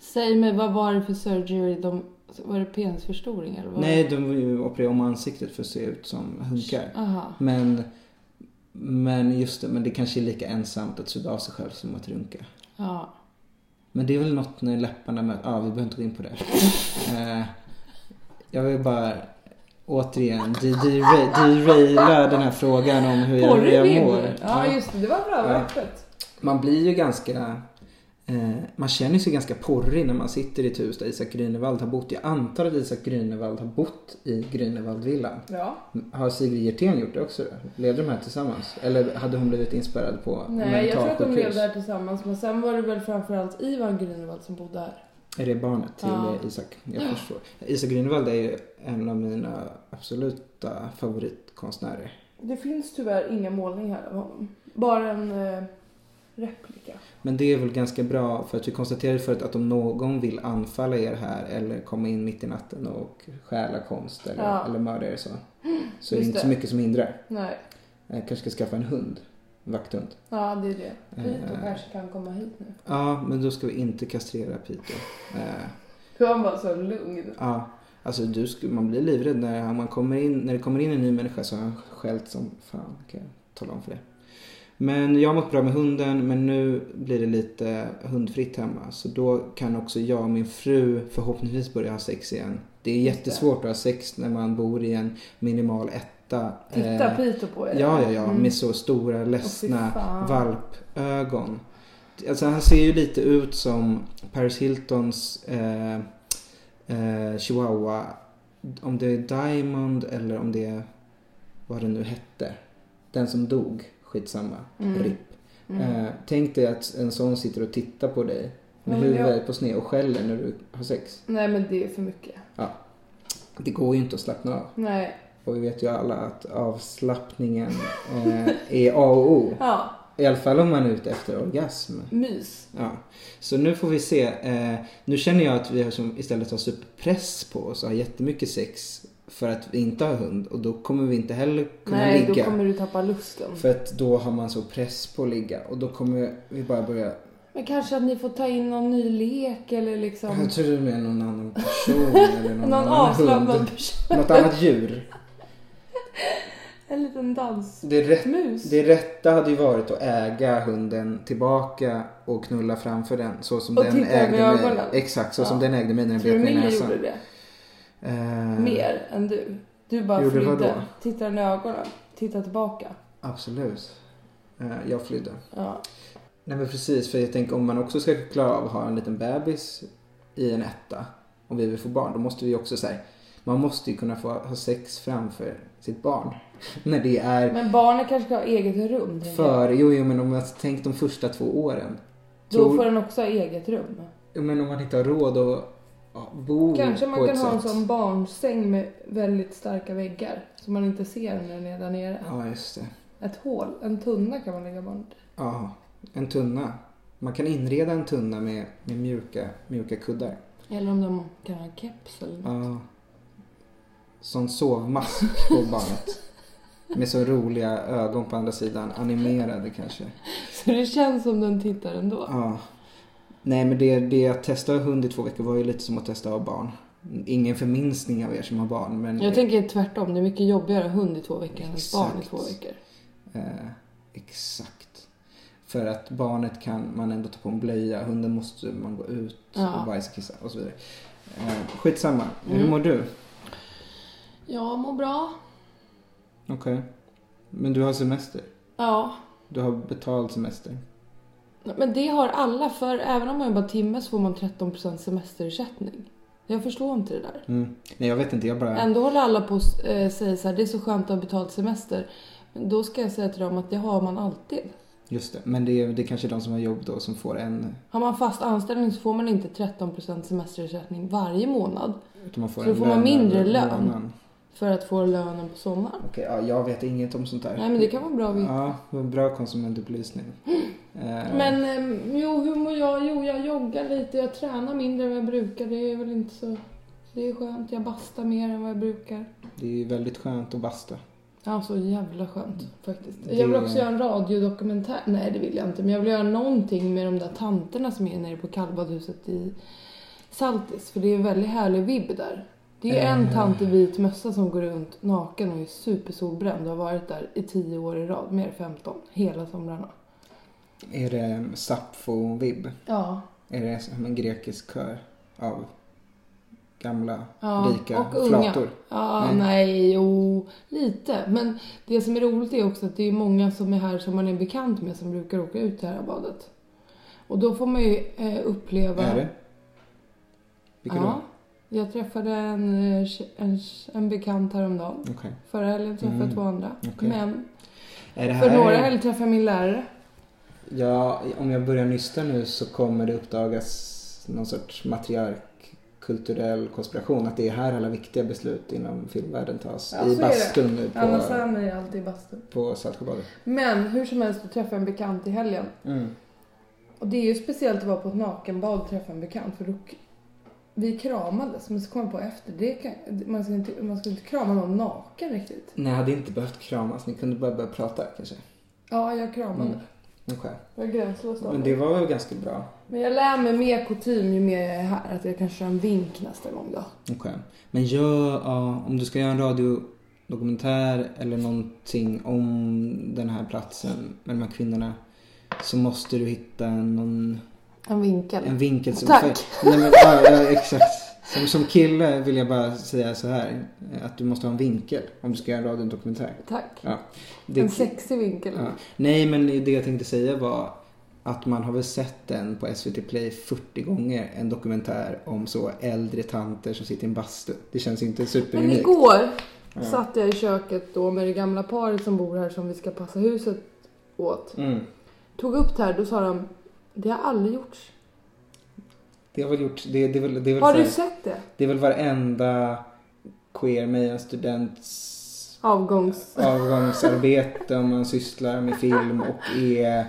S3: Säg mig, vad var det för surgery? De, var det penisförstoring eller? Vad?
S2: Nej, de vill ju operera om ansiktet för att se ut som hunkar.
S3: Aha.
S2: Men, men just det, men det kanske är lika ensamt att suga av sig själv som att runka.
S3: Ja.
S2: Men det är väl något när läpparna möts. Ja, ah, vi behöver inte gå in på det. Eh, jag vill bara återigen deraila deraila den här frågan om hur jag, hur jag mår.
S3: Porrbilder. Ja, just det. Det var bra. Vad
S2: Ja.
S3: öppet.
S2: Man blir ju ganska... Eh, man känner sig ganska porrig när man sitter i ett hus där Isak Grünewald har bott. Jag antar att Isak Grünewald har bott i Grünewaldvillan.
S3: Ja.
S2: Har Sigrid Hjertén gjort det också? då? Levde de här tillsammans? Eller hade hon blivit inspirerad på
S3: Nej, jag tror att de
S2: mentalsjukhus?
S3: levde där tillsammans. Men sen var det väl framförallt Ivan Grünewald som bodde här.
S2: Är det barnet till
S3: Ja.
S2: eh, Isak? Jag förstår. Isak Grünewald är ju en av mina absoluta favoritkonstnärer.
S3: Det finns tyvärr inga målningar av honom. Bara en eh, replika.
S2: Men det är väl ganska bra för att vi konstaterade förut att om någon vill anfalla er här eller komma in mitt i natten och stjäla konst eller,
S3: Ja.
S2: eller mörda er så. Så är det
S3: Just
S2: inte så
S3: det.
S2: mycket som hindrar.
S3: Nej,
S2: Jag kanske ska skaffa en hund. En vakthund.
S3: ja det är det. Vito
S2: Eh.
S3: kanske kan komma hit nu.
S2: Ja, men då ska vi inte kastrera Pito. Eh,
S3: För han var så lugn.
S2: Ja, alltså du, sk- man blir livrädd när, han- man kommer in, när det kommer in en ny människa så har han skällt som fan kan jag tala om för det. Men jag har mått bra med hunden men nu blir det lite hundfritt hemma så då kan också jag och min fru förhoppningsvis börja ha sex igen. Det är
S3: Just det.
S2: jättesvårt att ha sex när man bor i en minimal etta.
S3: Titta
S2: Eh,
S3: Pito på er.
S2: Ja, ja, ja.
S3: Mm.
S2: Med så stora ledsna
S3: Åh, fy fan.
S2: valpögon. Alltså, han ser ju lite ut som Paris Hiltons eh, eh, chihuahua. Om det är Diamond eller om det är vad det nu hette. Den som dog. Skitsamma.
S3: Mm.
S2: RIP. Eh, tänk dig att en sån sitter och tittar på dig med
S3: Ja, men jag-
S2: huvudet på sned och skäller när du har sex.
S3: Nej men det är för mycket.
S2: Ja. Det går ju inte att slappna av.
S3: Nej.
S2: Och vi vet ju alla att avslappningen eh, är A och O.
S3: Ja,
S2: I alla fall om man är ute efter orgasm.
S3: mys.
S2: Ja. Så nu får vi se. Eh, nu känner jag att vi har som istället har superpress på oss och har jättemycket sex för att vi inte har hund. Och då kommer vi inte heller kunna
S3: Nej,
S2: ligga.
S3: då kommer du tappa lusten.
S2: För att då har man så press på att ligga och då kommer vi bara börja...
S3: Men kanske att ni får ta in någon ny lek eller liksom.
S2: Jag tror du menar någon annan person eller någon,
S3: Någon
S2: annan hund.
S3: avslappnad person.
S2: Något annat djur.
S3: En liten dans.
S2: Det, rätt,
S3: Mus.
S2: det rätta hade ju varit att äga hunden tillbaka och knulla framför den så som
S3: Och
S2: den
S3: titta
S2: ägde
S3: med
S2: mig.
S3: ögonen.
S2: Exakt, så
S3: Ja.
S2: som den äggde mig när den
S3: Tror du
S2: bet mig i
S3: Mille
S2: näsan.
S3: gjorde det?
S2: Eh,
S3: Mer än du. Du bara
S2: Gjorde vadå?
S3: flydde. Tittar den i ögonen. Tittar tillbaka.
S2: Absolut. Eh, jag flydde.
S3: Ja.
S2: Nej men precis, för jag tänker om man också ska klara av att ha en liten bebis i en etta och vi vill få barn, då måste vi också säga man måste ju kunna få ha sex framför sitt barn. När det är
S3: Men barnen kanske ska ha eget rum? tänker jag.
S2: för, jo, jo men om man tänker de första två åren.
S3: Då
S2: tror-
S3: får den också ha eget rum.
S2: Jo, Men om man inte har råd att ja, bo
S3: Kanske man
S2: Oh, på
S3: kan
S2: ett
S3: ha en
S2: sätt.
S3: sån barnsäng med väldigt starka väggar. Så man inte ser när den är där nere.
S2: Ja, just det.
S3: Ett hål, en tunna kan man lägga barnet i.
S2: Ja, en tunna. Man kan inreda en tunna med, med mjuka, mjuka kuddar.
S3: Eller om de kan ha keps eller något.
S2: Ja. Sån sovmask på barnet. Med så roliga ögon på andra sidan. Animerade kanske.
S3: Så det känns som den tittar ändå.
S2: Ja. Nej men det, det att testa hund i två veckor var ju lite som att testa att ha barn. Ingen förminskning av er som har barn men
S3: Jag tänker tvärtom, det är mycket jobbigare att ha hund i två veckor än ett barn i
S2: Exakt.
S3: två veckor.
S2: eh, exakt. För att barnet kan man ändå ta på en blöja, hunden måste man gå ut
S3: Ja. Mm.
S2: och bajskissa och så vidare. Eh, skitsamma, hur mår du?
S3: Jag mår bra.
S2: Okej. Men du har semester?
S3: Ja.
S2: Du har betald semester?
S3: Men det har alla, för även om man jobbar timme så får man 13% semesterersättning. Jag förstår inte det där.
S2: Mm. Nej jag vet inte, jag bara...
S3: Ändå håller alla på och eh, säger så här, det är så skönt att ha betalt semester. Men då ska jag säga till dem att det har man alltid.
S2: Just det, men det är, det är kanske de som har jobb då som får en...
S3: Har man fast anställning så får man inte 13% semesterersättning varje månad
S2: utan Man får
S3: Så då
S2: en
S3: får man
S2: lön
S3: mindre
S2: över
S3: lön.
S2: månaden.
S3: för att få lönen på sommaren.
S2: Okej, ja, jag vet inget om sånt där.
S3: Nej men det kan vara bra att veta.
S2: Ja, det var en bra konsumentupplysning. Eh,
S3: Men ehm, jo, hur mår jag? Jo, jag joggar lite. Jag tränar mindre än vad jag brukar. Det är väl inte så... Det är skönt. Jag bastar mer än vad jag brukar.
S2: Det är ju väldigt skönt att basta.
S3: Ja, så jävla skönt faktiskt.
S2: Det-
S3: Jag vill också göra en radiodokumentär. Nej, det vill jag inte. Men jag vill göra någonting med de där tanterna som är nere på kallbadhuset i Saltis. För det är en väldigt härlig vibb där. Det är ju en tant i vit mössa som går runt naken och är supersolbränd och har varit där i tio år i rad, mer 15, hela somrarna.
S2: Är det Sappho-vibb?
S3: Ja,
S2: Är det som en grekisk kör av gamla,
S3: Ja,
S2: rika
S3: och unga.
S2: flator?
S3: Ja,
S2: Nej.
S3: nej. jo, lite. Men det som är roligt är också att det är många som är här som man är bekant med som brukar åka ut till det här badet. Och då får man ju eh, uppleva...
S2: Är det? Vilka
S3: Ja. Jag träffade en, eh, tje- en, tje- en bekant häromdagen.
S2: då? Okej.
S3: Förra helgen träffade jag två andra.
S2: Mm, okej.
S3: Men
S2: Är det
S3: för
S2: här...
S3: några helger träffade jag min lärare.
S2: Ja, om jag börjar nysta nu så kommer det uppdagas någon sorts matriarkkulturell konspiration. Att det är här alla viktiga beslut inom filmvärlden tas. I bastun nu
S3: Annars är
S2: på,
S3: han ju alltid i bastun.
S2: på Saltsjöbaden.
S3: Men hur som helst, då träffade jag en bekant i helgen.
S2: Mm.
S3: Och det är ju speciellt att vara på ett nakenbad och träffa en bekant för då vi kramades men så kom jag på efter det kan, man, ska inte, man ska inte krama någon naken riktigt.
S2: Ni hade inte behövt kramas, ni kunde bara börja prata kanske.
S3: Ja, jag kramade.
S2: Okej.
S3: Jag är gränslös av
S2: Mm. Men det var väl ganska bra.
S3: men jag lär mig mer kutym ju mer jag är här att jag kan köra en vink nästa gång då.
S2: Okej. Men gör, ja, om du ska göra en radiodokumentär eller någonting om den här platsen med de här kvinnorna så måste du hitta någon,
S3: En vinkel.
S2: en vinkel som...
S3: Tack.
S2: För, nej men, ja, ja, exakt. Som, som kille vill jag bara säga så här eh, att du måste ha en vinkel om du ska göra en radiodokumentär.
S3: Tack.
S2: Ja. Det-
S3: En sexig vinkel.
S2: Ja. Nej, men det jag tänkte säga var att man har väl sett den på SVT Play 40 gånger, en dokumentär om så äldre tanter som sitter i en bastu. Det känns inte
S3: Men
S2: superunikt.
S3: igår satt jag i köket då med det gamla paret som bor här som vi ska passa huset åt.
S2: Mm.
S3: Tog upp det här, då sa de det har aldrig gjorts.
S2: Det har väl gjort, det, det, är väl, det, är väl
S3: Har
S2: så
S3: du
S2: här,
S3: sett det?
S2: det är väl varenda queer mejan students
S3: Avgångs...
S2: avgångsarbete om man sysslar med film och är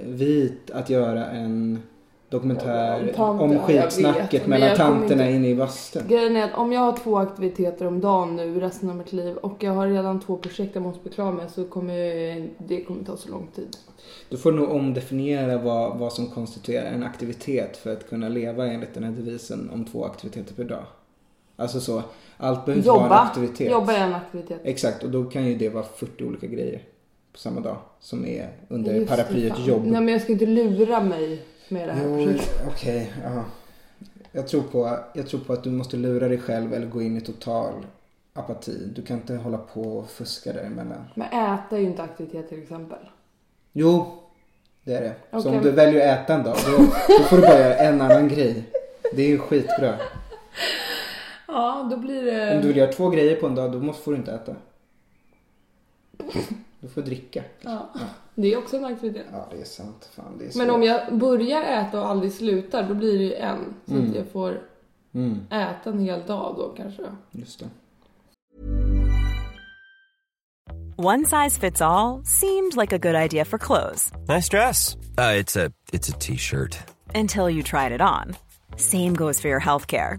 S2: vit att göra en dokumentär
S3: Ja, om tanter,
S2: om
S3: ja, jag vet,
S2: skitsnacket
S3: men
S2: mellan
S3: jag kommer
S2: tanterna
S3: inte-
S2: inne i bastun.
S3: Grejen är att om jag har två aktiviteter om dagen nu resten av mitt liv och jag har redan två projekt jag måste bli klar med så kommer jag, det kommer ta så lång tid.
S2: Du får nog omdefiniera vad, vad som konstituerar en aktivitet för att kunna leva enligt den här devisen om två aktiviteter per dag. Alltså så, allt behöver inte vara en
S3: Jobba,
S2: aktivitet.
S3: jobba är en aktivitet.
S2: Exakt, och då kan ju det vara 40 olika grejer på samma dag som är under
S3: Just det,
S2: paraplyet
S3: fan.
S2: jobb.
S3: Nej men jag ska inte lura mig med det här
S2: Jo,
S3: projektet.
S2: Okej, ja. Jag tror, på, jag tror på att du måste lura dig själv eller gå in i total apati. Du kan inte hålla på och fuska däremellan.
S3: Men äta är ju inte aktivitet till exempel.
S2: Jo, Det är det. Så
S3: Okej.
S2: om du väljer att äta en dag, då, då får du bara göra en annan grej. Det är ju skitbra.
S3: Ja, då blir
S2: Om du
S3: det...
S2: vill göra två grejer på en dag, då måste, får du inte äta. Du får dricka.
S3: Ja. Det är också en aktivitet.
S2: Ja, det är sant. Fan, det är
S3: Men
S2: svårt.
S3: om jag börjar äta och aldrig slutar, då blir det ju en. Så
S2: Mm.
S3: att jag får äta en hel dag då kanske.
S2: Just det.
S4: One size fits all seemed like a good idea for clothes
S5: Nice dress. Uh, it's a it's a t-shirt.
S4: until you tried it on. Same goes for your healthcare.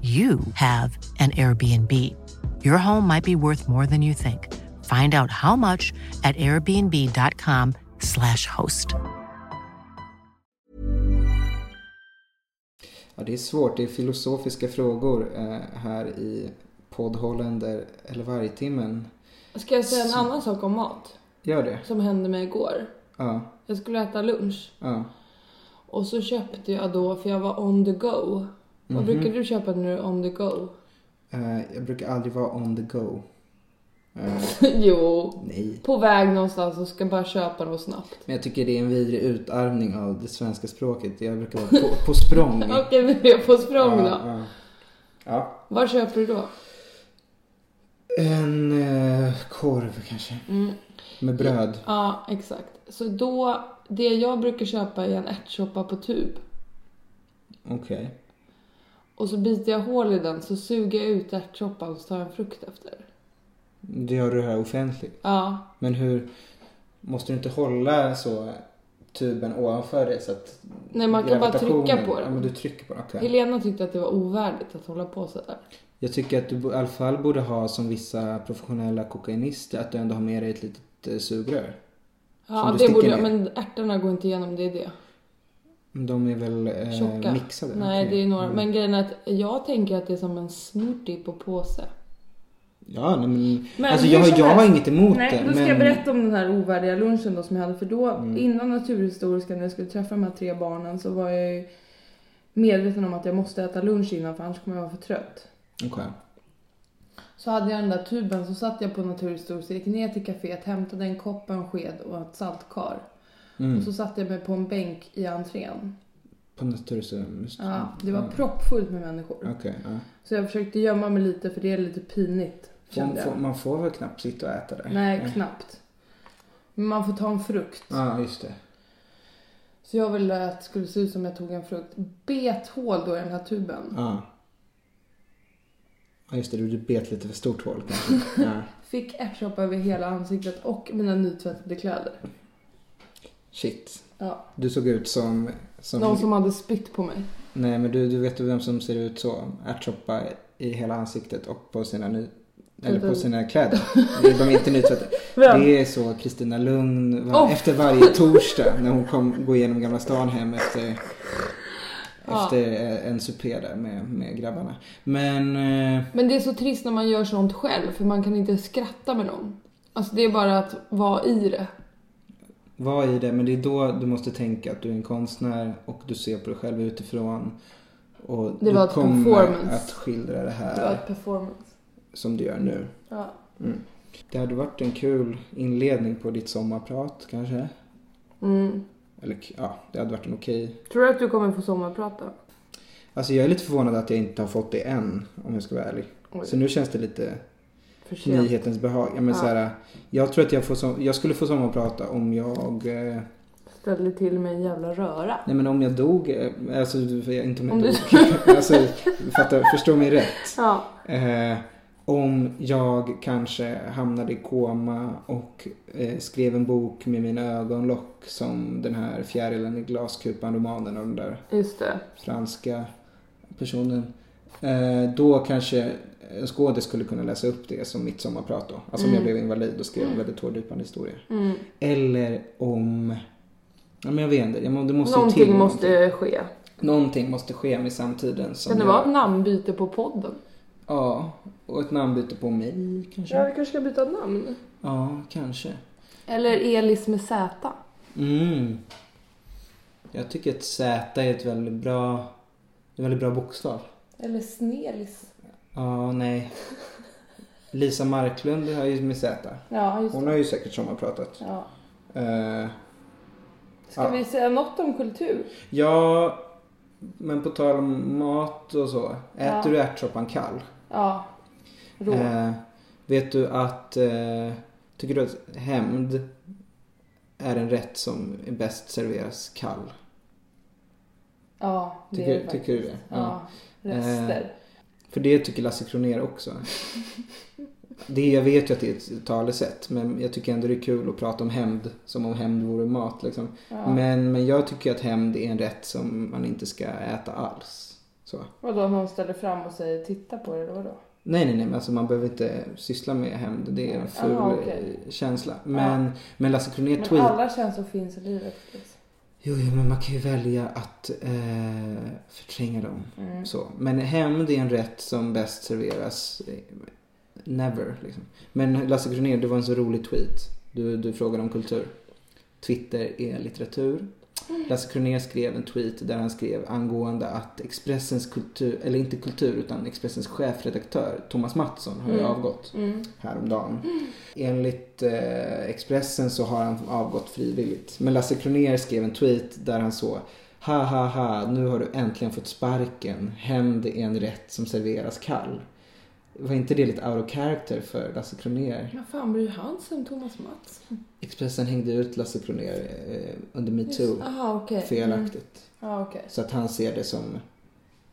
S6: you have an Airbnb. Your home might be worth more than you think. Find out how much at airbnb.com/slash host.
S2: Ja, det är svårt. Det är filosofiska frågor eh, här i poddhållande eller vargtimmen.
S3: Ska jag säga en annan sak om mat?
S2: Gör det.
S3: Som hände mig igår.
S2: Ja,
S3: Jag skulle äta lunch.
S2: ja.
S3: Och så köpte jag då, för jag var on the go.
S2: Mhm.
S3: Vad brukar du köpa när du är on the go?
S2: Eh, jag brukar aldrig vara on the go.
S3: jo.
S2: Nej.
S3: På väg någonstans och ska bara köpa något snabbt.
S2: Men jag tycker det är en vidrig utarmning av det svenska språket. Jag brukar vara på, på språng.
S3: Okej, nu är jag på språng då.
S2: ja. ja.
S3: Vad köper du då?
S2: En eh, korv kanske.
S3: Mm.
S2: Med bröd.
S3: Ja, exakt. Så då, det jag brukar köpa är en ärtsoppa på tub.
S2: Okej.
S3: Och så biter jag hål i den, så suger jag ut ärtsoppan och så tar jag en frukt efter.
S2: Det gör du här offentligt.
S3: Ja,
S2: Men hur... Måste du inte hålla så tuben ovanför dig så att...
S3: Nej, man kan bara
S2: gravitationen-
S3: trycka på den.
S2: Ja, men du trycker på den. okej.
S3: Helena tyckte att det var ovärdigt att hålla på sådär.
S2: Jag tycker att du bo- i alla fall borde ha som vissa professionella kokainister att du ändå har med dig ett litet eh, sugrör.
S3: Ja,
S2: Som du
S3: det borde jag,
S2: sticker ner.
S3: men ärtorna går inte igenom, det är det.
S2: De är väl
S3: Tjocka.
S2: eh, mixade?
S3: Nej,
S2: Okej. Mm.
S3: det är några. Men grejen är att jag tänker att det är som en smoothie på påse.
S2: Ja, nej, men... alltså jag, har- jag har inget emot
S3: Nej,
S2: det.
S3: Då ska
S2: men... Mm.
S3: jag berätta om den här ovärdiga lunchen då som jag hade. För då, innan Naturhistoriska, när jag skulle träffa de här tre barnen så var jag ju medveten om att jag måste äta lunch innan för annars kommer jag vara för trött.
S2: Okej.
S3: Så hade jag den där tuben så satt jag på Naturhistoriska, gick ner till kaféet, hämtade en kopp, en sked och ett saltkar.
S2: Mm.
S3: Och så satte jag mig på en bänk i entrén.
S2: På Naturmuseum. just det.
S3: Ja, det var proppfullt med människor.
S2: Okej, ja.
S3: Så jag försökte gömma mig lite för det är lite pinigt
S2: Man
S3: Kände
S2: får,
S3: jag.
S2: man får väl knappt sitta och äta där?
S3: Nej, knappt. Men man får ta en frukt.
S2: Ja, just det.
S3: Så jag ville att det skulle se ut som jag tog en frukt. Bet hål då i den här tuben.
S2: Ja. Ja, just det. Du bet lite för stort hål kanske. Ja.
S3: Fick ärtsopp över hela ansiktet och mina nytvättade kläder.
S2: Shit.
S3: Ja.
S2: Du såg ut som... som...
S3: Någon som hade spytt på mig.
S2: Nej, men du, du vet ju vem som ser ut så. Ärtsoppa i hela ansiktet och på sina ny... Eller på
S3: Vänta.
S2: sina kläder. Det är De är inte nytvättade.
S3: Typ Vem?
S2: Det är så Kristina Lugn var,
S3: Åh!
S2: efter varje torsdag när hon kom, går igenom Gamla stan hem efter,
S3: Ja.
S2: efter eh, en supé där med, med grabbarna. Men... eh,
S3: Men det är så trist när man gör sånt själv för man kan inte skratta med någon. Alltså det är bara att vara i det.
S2: Var i det, men det är då du måste tänka att du är en konstnär och du ser på dig själv utifrån. Och
S3: Det var
S2: du
S3: ett
S2: kommer
S3: performance.
S2: att skildra det
S3: Det var
S2: här
S3: ett performance.
S2: som du gör nu.
S3: Ja.
S2: Det hade varit en kul inledning på ditt sommarprat kanske.
S3: Mm.
S2: Eller ja, det hade varit en okej.
S3: Tror du att du kommer få sommarprata?
S2: Alltså jag är lite förvånad att jag inte har fått det än om jag ska vara ärlig.
S3: Oj.
S2: Så nu känns det lite
S3: För sent.
S2: nyhetens behag. Ja, men så här, jag tror att jag, får som, jag skulle få sommarprata om jag... Eh,
S3: Ställde till med en jävla röra.
S2: Nej men om jag dog, eh, alltså jag- inte om jag
S3: Om du-
S2: dog. alltså, fattar, förstå mig rätt.
S3: Ja.
S2: Eh, om jag kanske hamnade i koma och eh, skrev en bok med mina ögonlock som den här fjärilen i glaskupan romanen av den där
S3: Just det.
S2: franska personen. Eh, då kanske en skådis skulle kunna läsa upp det som mitt sommarprat då. Alltså om
S3: Mm.
S2: jag blev invalid och skrev en väldigt tårdrypande historia. Eller om... Ja men jag vet inte, jag må- det måste ju till
S3: Någonting måste ske.
S2: Någonting måste ske med samtiden. Som
S3: Kan det
S2: gör-
S3: vara ett namnbyte på podden?
S2: Ja, och ett namnbyte på mig kanske.
S3: Ja, vi kanske ska byta namn.
S2: Ja, kanske.
S3: Eller Elis med Z.
S2: Mm. Jag tycker att Z är ett väldigt bra, en väldigt bra bokstav.
S3: Eller Snelis.
S2: Ja, nej. Lisa Marklund har ju med Z.
S3: Ja, just
S2: Hon
S3: det.
S2: har ju säkert sommarpratat.
S3: Ja.
S2: Eh,
S3: Ska
S2: Ja.
S3: vi säga något om kultur?
S2: ja, men på tal om mat och så. Äter
S3: Ja.
S2: du ärtsoppan kall?
S3: Ja. Rå.
S2: Eh, vet du att, eh, tycker du att hämnd är en rätt som bäst serveras kall?
S3: ja, det
S2: tycker-
S3: är faktiskt.
S2: tycker du det? Ja. Eh.
S3: Ja. Rester.
S2: För det tycker Lasse Kronér också. Det, jag vet ju att det är ett talesätt men jag tycker ändå det är kul att prata om hämnd som om hämnd vore mat. Liksom. Men, men jag tycker att hämnd är en rätt som man inte ska äta alls. Så.
S3: Vadå om någon ställer fram och säger titta på det eller vadå?
S2: Nej, nej, nej, men alltså man behöver inte syssla med hämnd. Det är en ful
S3: Aha, okej.
S2: eh, känsla. Men, men Lasse Kronér
S3: Men
S2: tweet-
S3: alla känslor finns i livet. Chris.
S2: Jo, jo, men man kan ju välja att eh, förtränga dem. Så. Men hämnd är en rätt som bäst serveras eh, never. Liksom. Men Lasse Kronér, det var en så rolig tweet. Du, du frågade om kultur. Twitter är litteratur. Lasse Kronér skrev en tweet där han skrev angående att Expressens kultur, eller inte kultur, utan Expressens chefredaktör Thomas Mattsson har ju avgått häromdagen. Enligt eh, Expressen så har han avgått frivilligt. Men Lasse Kronér skrev en tweet där han så Ha ha ha, nu har du äntligen fått sparken. Hämnd är en rätt som serveras kall. Var inte det lite out of character för Lasse Kronér?
S3: Vad fan bryr han sig om Thomas Mattsson?
S2: Expressen hängde ut Lasse Kronér eh, under metoo.
S3: Jaha okej. Mm.
S2: Felaktigt.
S3: Ja okej.
S2: Så att han ser det som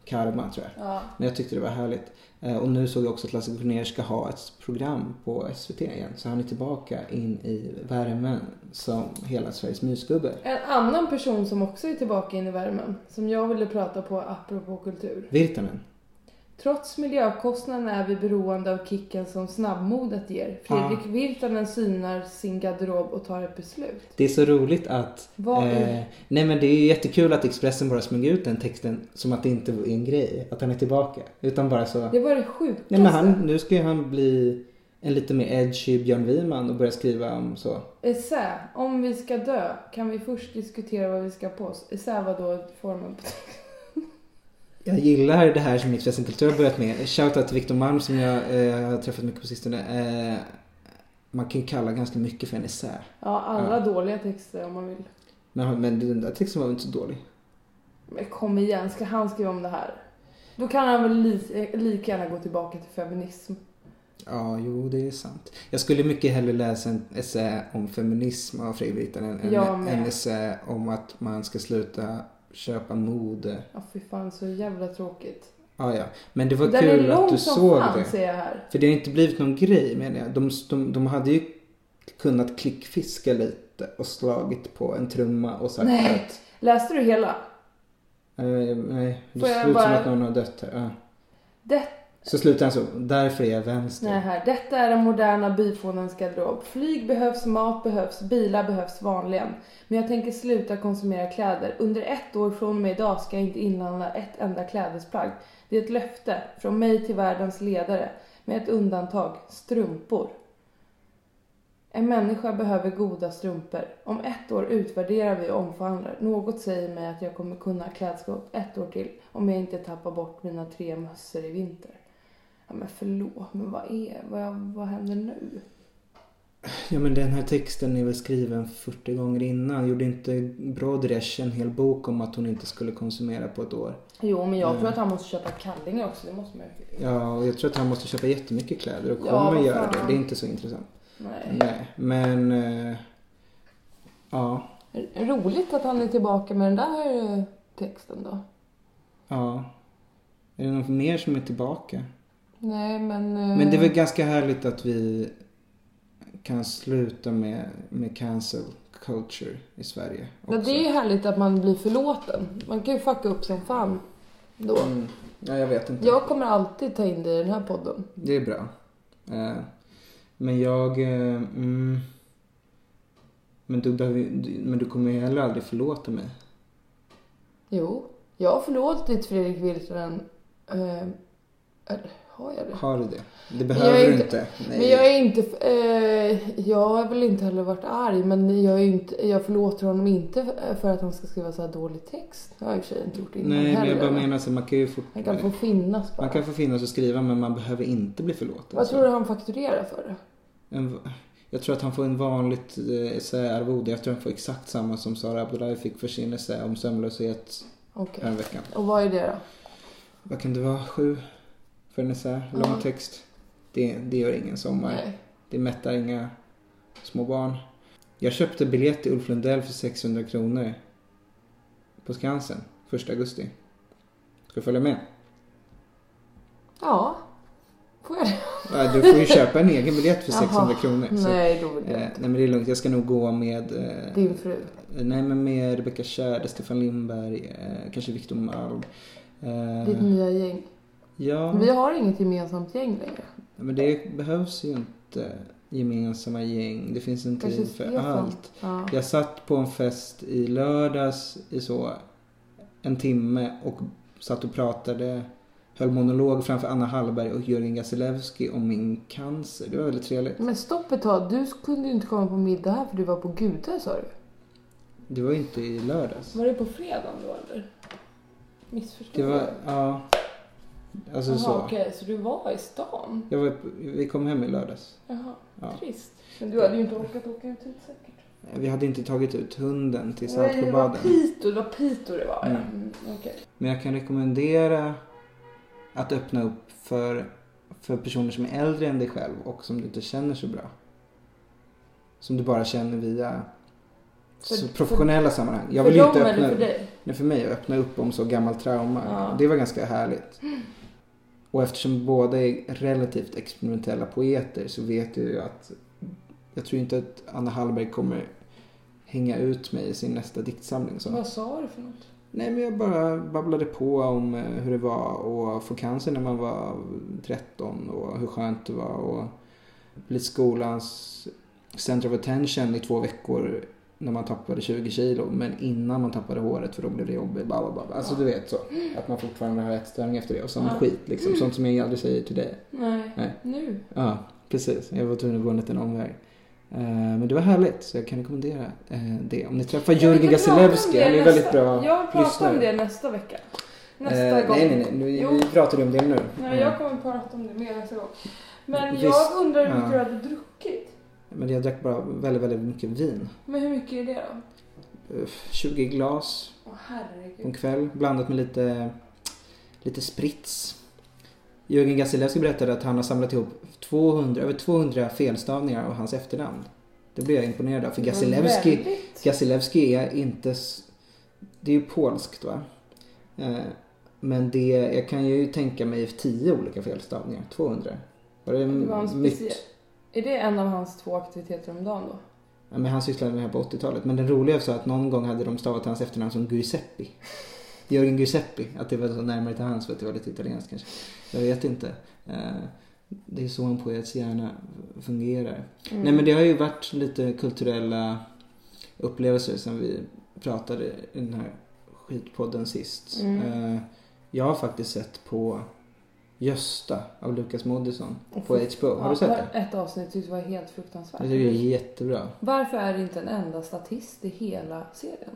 S2: karma tror jag.
S3: Ja.
S2: Men jag tyckte det var härligt. Eh, Och nu såg jag också att Lasse Kronér ska ha ett program på SVT igen. Så han är tillbaka in i värmen som hela Sveriges mysgubbe.
S3: En annan person som också är tillbaka in i värmen som jag ville prata på apropå kultur.
S2: Virtanen.
S3: Trots miljökostnaderna är vi beroende av kicken som snabbmodet ger. Fredrik Virtanen synar sin garderob och tar ett beslut.
S2: Det är så roligt att... eh,
S3: Vad är-
S2: nej men det är jättekul att Expressen bara smög ut den texten som att det inte är en grej. Att han är tillbaka. Utan bara så...
S3: Det var det sjukaste.
S2: Nej men han, nu ska ju han bli en lite mer edgy Björn Wiman och börja skriva om så.
S3: Essä, om vi ska dö kan vi först diskutera vad vi ska på oss. Essä var då formen på
S2: Jag gillar det här som Expressen Kultur har börjat med. Shoutout till Victor Malm som jag eh, har träffat mycket på sistone. Eh, man kan ju kalla ganska mycket för en essä.
S3: Ja, alla dåliga texter om man vill.
S2: Men, men den där texten var väl inte så dålig?
S3: Men kom igen, ska han skriva om det här? Då kan han väl li- eh, lika gärna gå tillbaka till feminism.
S2: Ja, jo, det är sant. Jag skulle mycket hellre läsa en essä om feminism av Fredrik än en,
S3: Jag
S2: en,
S3: med.
S2: en essä om att man ska sluta köpa mode.
S3: Ja, fy fan så jävla tråkigt.
S2: Ja, ja. Men det var
S3: Den är
S2: kul
S3: lång
S2: att du
S3: som
S2: såg
S3: fan,
S2: det.
S3: ser jag här.
S2: För det har inte blivit någon grej menar jag. De, de, de hade ju kunnat klickfiska lite och slagit på en trumma och sagt
S3: Nej.
S2: att...
S3: Läste du hela?
S2: Eh, nej, det
S3: Får jag
S2: ser ut som
S3: bara-
S2: att någon har dött här. Ja.
S3: Det,
S2: Så slutar han så. Därför är jag vänster.
S3: nej, här. Detta är den moderna byfånens garderob. Flyg behövs, mat behövs, bilar behövs vanligen. Men jag tänker sluta konsumera kläder. Under ett år från och med idag ska jag inte inhandla ett enda klädesplagg. Det är ett löfte från mig till världens ledare. Med ett undantag, strumpor. En människa behöver goda strumpor. Om ett år utvärderar vi och omförhandlar. Något säger mig att jag kommer kunna ha klädskåp ett år till om jag inte tappar bort mina tre mössor i vinter. Ja, men förlåt, men vad är, vad, vad händer nu?
S2: Ja men den här texten är väl skriven 40 gånger innan. Gjorde inte Broderesh en hel bok om att hon inte skulle konsumera på ett år?
S3: Jo, men jag tror att han måste köpa kallingar också. Det måste man ju.
S2: Ja, och jag tror att han måste köpa jättemycket kläder och
S3: Ja,
S2: kommer
S3: vad
S2: göra det.
S3: fan.
S2: Det är inte så intressant.
S3: Nej.
S2: Nej, men... eh, ja,
S3: Roligt att han är tillbaka med den där eh, texten då.
S2: ja. Är det någon mer som är tillbaka?
S3: Nej, men... eh,
S2: Men det är väl ganska härligt att vi kan sluta med, med cancel culture i Sverige
S3: ja,
S2: också.
S3: det är ju härligt att man blir förlåten. Man kan ju fucka upp som fan då.
S2: Mm. Ja, jag vet inte.
S3: Jag kommer alltid ta in dig i den här podden.
S2: Det är bra. Eh, men jag... Eh, mm, men, du behöver, ju- du- men du kommer ju heller aldrig förlåta mig.
S3: Jo, jag har förlåtit Fredrik Virtanen. Eh, eller har jag det?
S2: Har du det? Det
S3: Men
S2: behöver
S3: jag är
S2: du
S3: inte-
S2: inte. Nej.
S3: Men jag är inte... Eh, jag har väl inte heller varit arg, men jag, är inte, jag förlåter honom inte eh, för att han ska skriva så här dålig text. Det har jag i och för sig inte gjort innan
S2: Nej, men
S3: heller.
S2: jag bara menar så man kan ju fort,
S3: Han kan få finnas bara.
S2: man kan få finnas och skriva men man behöver inte bli förlåten.
S3: Vad
S2: Så
S3: tror du han fakturerar för det?
S2: en, jag tror att han får en vanligt eh, essäarvode. Jag tror han får exakt samma som Sara Abdullahi fick för sin essä om sömnlöshet
S3: Okej.
S2: en vecka.
S3: Och vad är det då?
S2: Vad kan det vara? Sju? För en essä? Lång text? Det, det gör ingen sommar.
S3: Nej.
S2: Det mättar inga små barn. Jag köpte biljett till Ulf Lundell för 600 kronor på Skansen 1 augusti. Ska du följa med?
S3: Ja. Får jag det?
S2: Ja, Du får ju köpa en egen biljett för 600
S3: Jaha.
S2: kronor. så-
S3: Nej, då vill
S2: Eh,
S3: jag
S2: nej
S3: inte.
S2: men det är lugnt, jag ska nog gå med... Eh,
S3: Din fru.
S2: Nej men med Rebecca Tjäder, Stefan Lindberg, eh, kanske Victor Malm. Eh,
S3: Ditt nya gäng.
S2: ja,
S3: mm. Vi har inget gemensamt gäng längre.
S2: men det behövs ju inte gemensamma gäng. Det finns en
S3: Kanske
S2: tid för
S3: Stefan.
S2: allt.
S3: Ja.
S2: Jag satt på en fest i lördags i så en timme och satt och pratade, höll monolog framför Anna Hallberg och Jörgen Gasilewski om min cancer. Det var väldigt trevligt.
S3: Men stopp ett tag. Du kunde ju inte komma på middag här för du var på Gudö sa du.
S2: Det var ju inte i lördags.
S3: Var det på fredagen då eller? Missförstod
S2: Det var, ja. Alltså så.
S3: Jaha, okej, så du var i stan?
S2: Jag var, vi kom hem i lördags.
S3: Jaha,
S2: Ja.
S3: trist. Men du hade ju inte orkat åka ut hit säkert.
S2: Vi hade inte tagit ut hunden till
S3: Nej, det var
S2: Saltsjöbaden.
S3: Pito, det var Pito det var. ja.
S2: Mm.
S3: Mm, okej.
S2: Men jag kan rekommendera att öppna upp för, för personer som är äldre än dig själv och som du inte känner så bra. Som du bara känner via
S3: För-
S2: så professionella sammanhang. Jag
S3: för
S2: vill ju
S3: dem
S2: inte
S3: eller
S2: öppna
S3: för dig?
S2: Nej, för mig att öppna upp om så gammalt trauma.
S3: Ja.
S2: Det var ganska härligt. Och eftersom båda är relativt experimentella poeter så vet jag ju att jag tror inte att Anna Hallberg kommer hänga ut mig i sin nästa diktsamling. Så.
S3: Vad sa du för något?
S2: Nej, men jag bara babblade på om eh, hur det var att få cancer när man var 13 och hur skönt det var och bli skolans center of attention i två veckor när man tappade 20 kilo men innan man tappade håret för då blev det jobbigt. Bla, bla, bla. Alltså du vet så. Att man fortfarande har ätstörning efter det och sån skit liksom. Sånt som jag aldrig säger till dig.
S3: Nej,
S2: Nej.
S3: nu.
S2: Ja, precis. Jag var tvungen att gå en liten omväg. Eh, Men det var härligt, så jag kan rekommendera eh, det. Om ni träffar Jörgen Gasilewski, han är väldigt bra
S3: Jag pratar om
S2: lyssnare.
S3: det nästa vecka. Nästa
S2: Eh,
S3: gång.
S2: Nej, nej, nej. Nu,
S3: Jo.
S2: vi pratar ju om det nu.
S3: Nej,
S2: Eh,
S3: jag kommer prata om det mer nästa gång. Men
S2: Visst,
S3: jag undrar hur
S2: ja.
S3: mycket du hade druckit.
S2: Men jag drack bara väldigt, väldigt mycket vin.
S3: Men hur mycket är det då?
S2: Eh, 20 glas
S3: Åh
S2: på en
S3: herregud.
S2: kväll blandat med lite, lite sprits. Jörgen Gasilewski berättade att han har samlat ihop 200, över 200 felstavningar av hans efternamn. Det blev jag imponerad av. För
S3: Det var
S2: Gasilewski,
S3: väldigt.
S2: Gasilewski är inte... s- Det är ju polskt va? Eh, Men det, jag kan ju tänka mig 10 olika felstavningar. 200. Var det,
S3: Det var en speciell...
S2: nytt?
S3: Är det en av hans två aktiviteter om dagen då?
S2: Ja, men han sysslade med det här på 80-talet. Men den roliga var att någon gång hade de stavat hans efternamn som Giuseppi. Jörgen Giuseppi. Att det var så närmare till hans för att det var lite italienskt kanske. Jag vet inte. Eh, Det är så en poets hjärna fungerar. Nej men det har ju varit lite kulturella upplevelser sen vi pratade i den här skitpodden sist. Eh, Jag har faktiskt sett på Gösta av Lukas Moodysson på HBO. Har du sett det?
S3: Ett avsnitt tyckte jag var helt fruktansvärt.
S2: Jag tycker det är jättebra.
S3: Varför är det inte en enda statist i hela serien?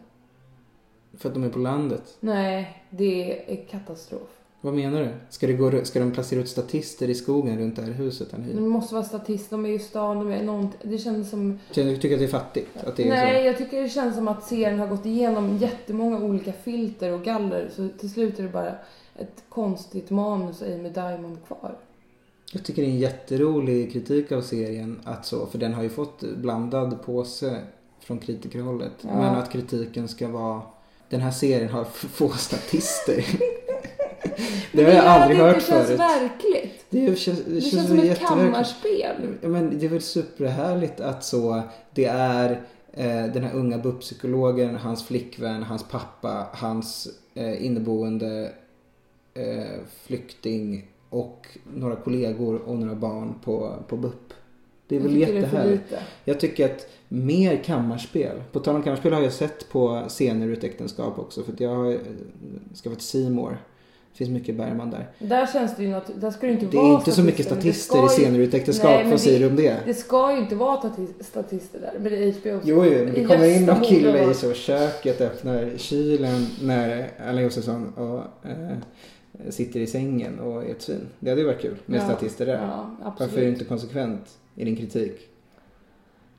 S2: För att de är på landet.
S3: Nej, det är katastrof.
S2: Vad menar du? Ska, det gå, ska de placera ut statister i skogen runt det här huset han
S3: Det
S2: hyr?
S3: måste vara statist, de är ju i stan, de är någonting. Det känns som...
S2: Känner Du tycker att det är fattigt? Att det är
S3: Nej,
S2: så?
S3: jag tycker det känns som att serien har gått igenom jättemånga olika filter och galler. Så till slut är det bara ett konstigt manus och Amy Diamond kvar.
S2: Jag tycker det är en jätterolig kritik av serien att så, för den har ju fått blandad påse från kritikerhållet. Men att kritiken ska vara, den här serien har för få statister. det har jag
S3: gör att
S2: aldrig
S3: det
S2: hört
S3: inte känns
S2: förut.
S3: verkligt.
S2: Det känns,
S3: Det
S2: känns
S3: känns som ett
S2: jätteverkligt.
S3: kammarspel.
S2: Ja, Men det är väl superhärligt att så det är eh, den här unga BUP-psykologen, hans flickvän, hans pappa, hans eh, inneboende eh, flykting och några kollegor och några barn på, på BUP. Det är
S3: Jag
S2: väl
S3: tycker det är för
S2: jättehärligt.
S3: lite.
S2: Jag tycker att mer kammarspel. På tal om kammarspel har jag sett på scener ur ett äktenskap också för att jag har eh, skaffat C More. Det finns mycket Bergman där.
S3: Där känns det ju något, där ska det inte
S2: Det
S3: vara
S2: är inte så mycket
S3: men det
S2: statister i
S3: ska ju-
S2: scener ur ett äktenskap.
S3: Nej, men
S2: Vad säger du om det?
S3: Det ska ju inte vara tati- statister där, men det är HBO.
S2: Jo, jo, det
S3: I
S2: kommer in någon
S3: Gösta
S2: kille i
S3: Bodaval.
S2: så köket, öppnar kylen när Allan Josefsson och, eh, sitter i sängen och är ett svin. Det hade ju varit kul med
S3: Ja,
S2: statister där.
S3: ja, absolut.
S2: Varför är du inte konsekvent i din kritik?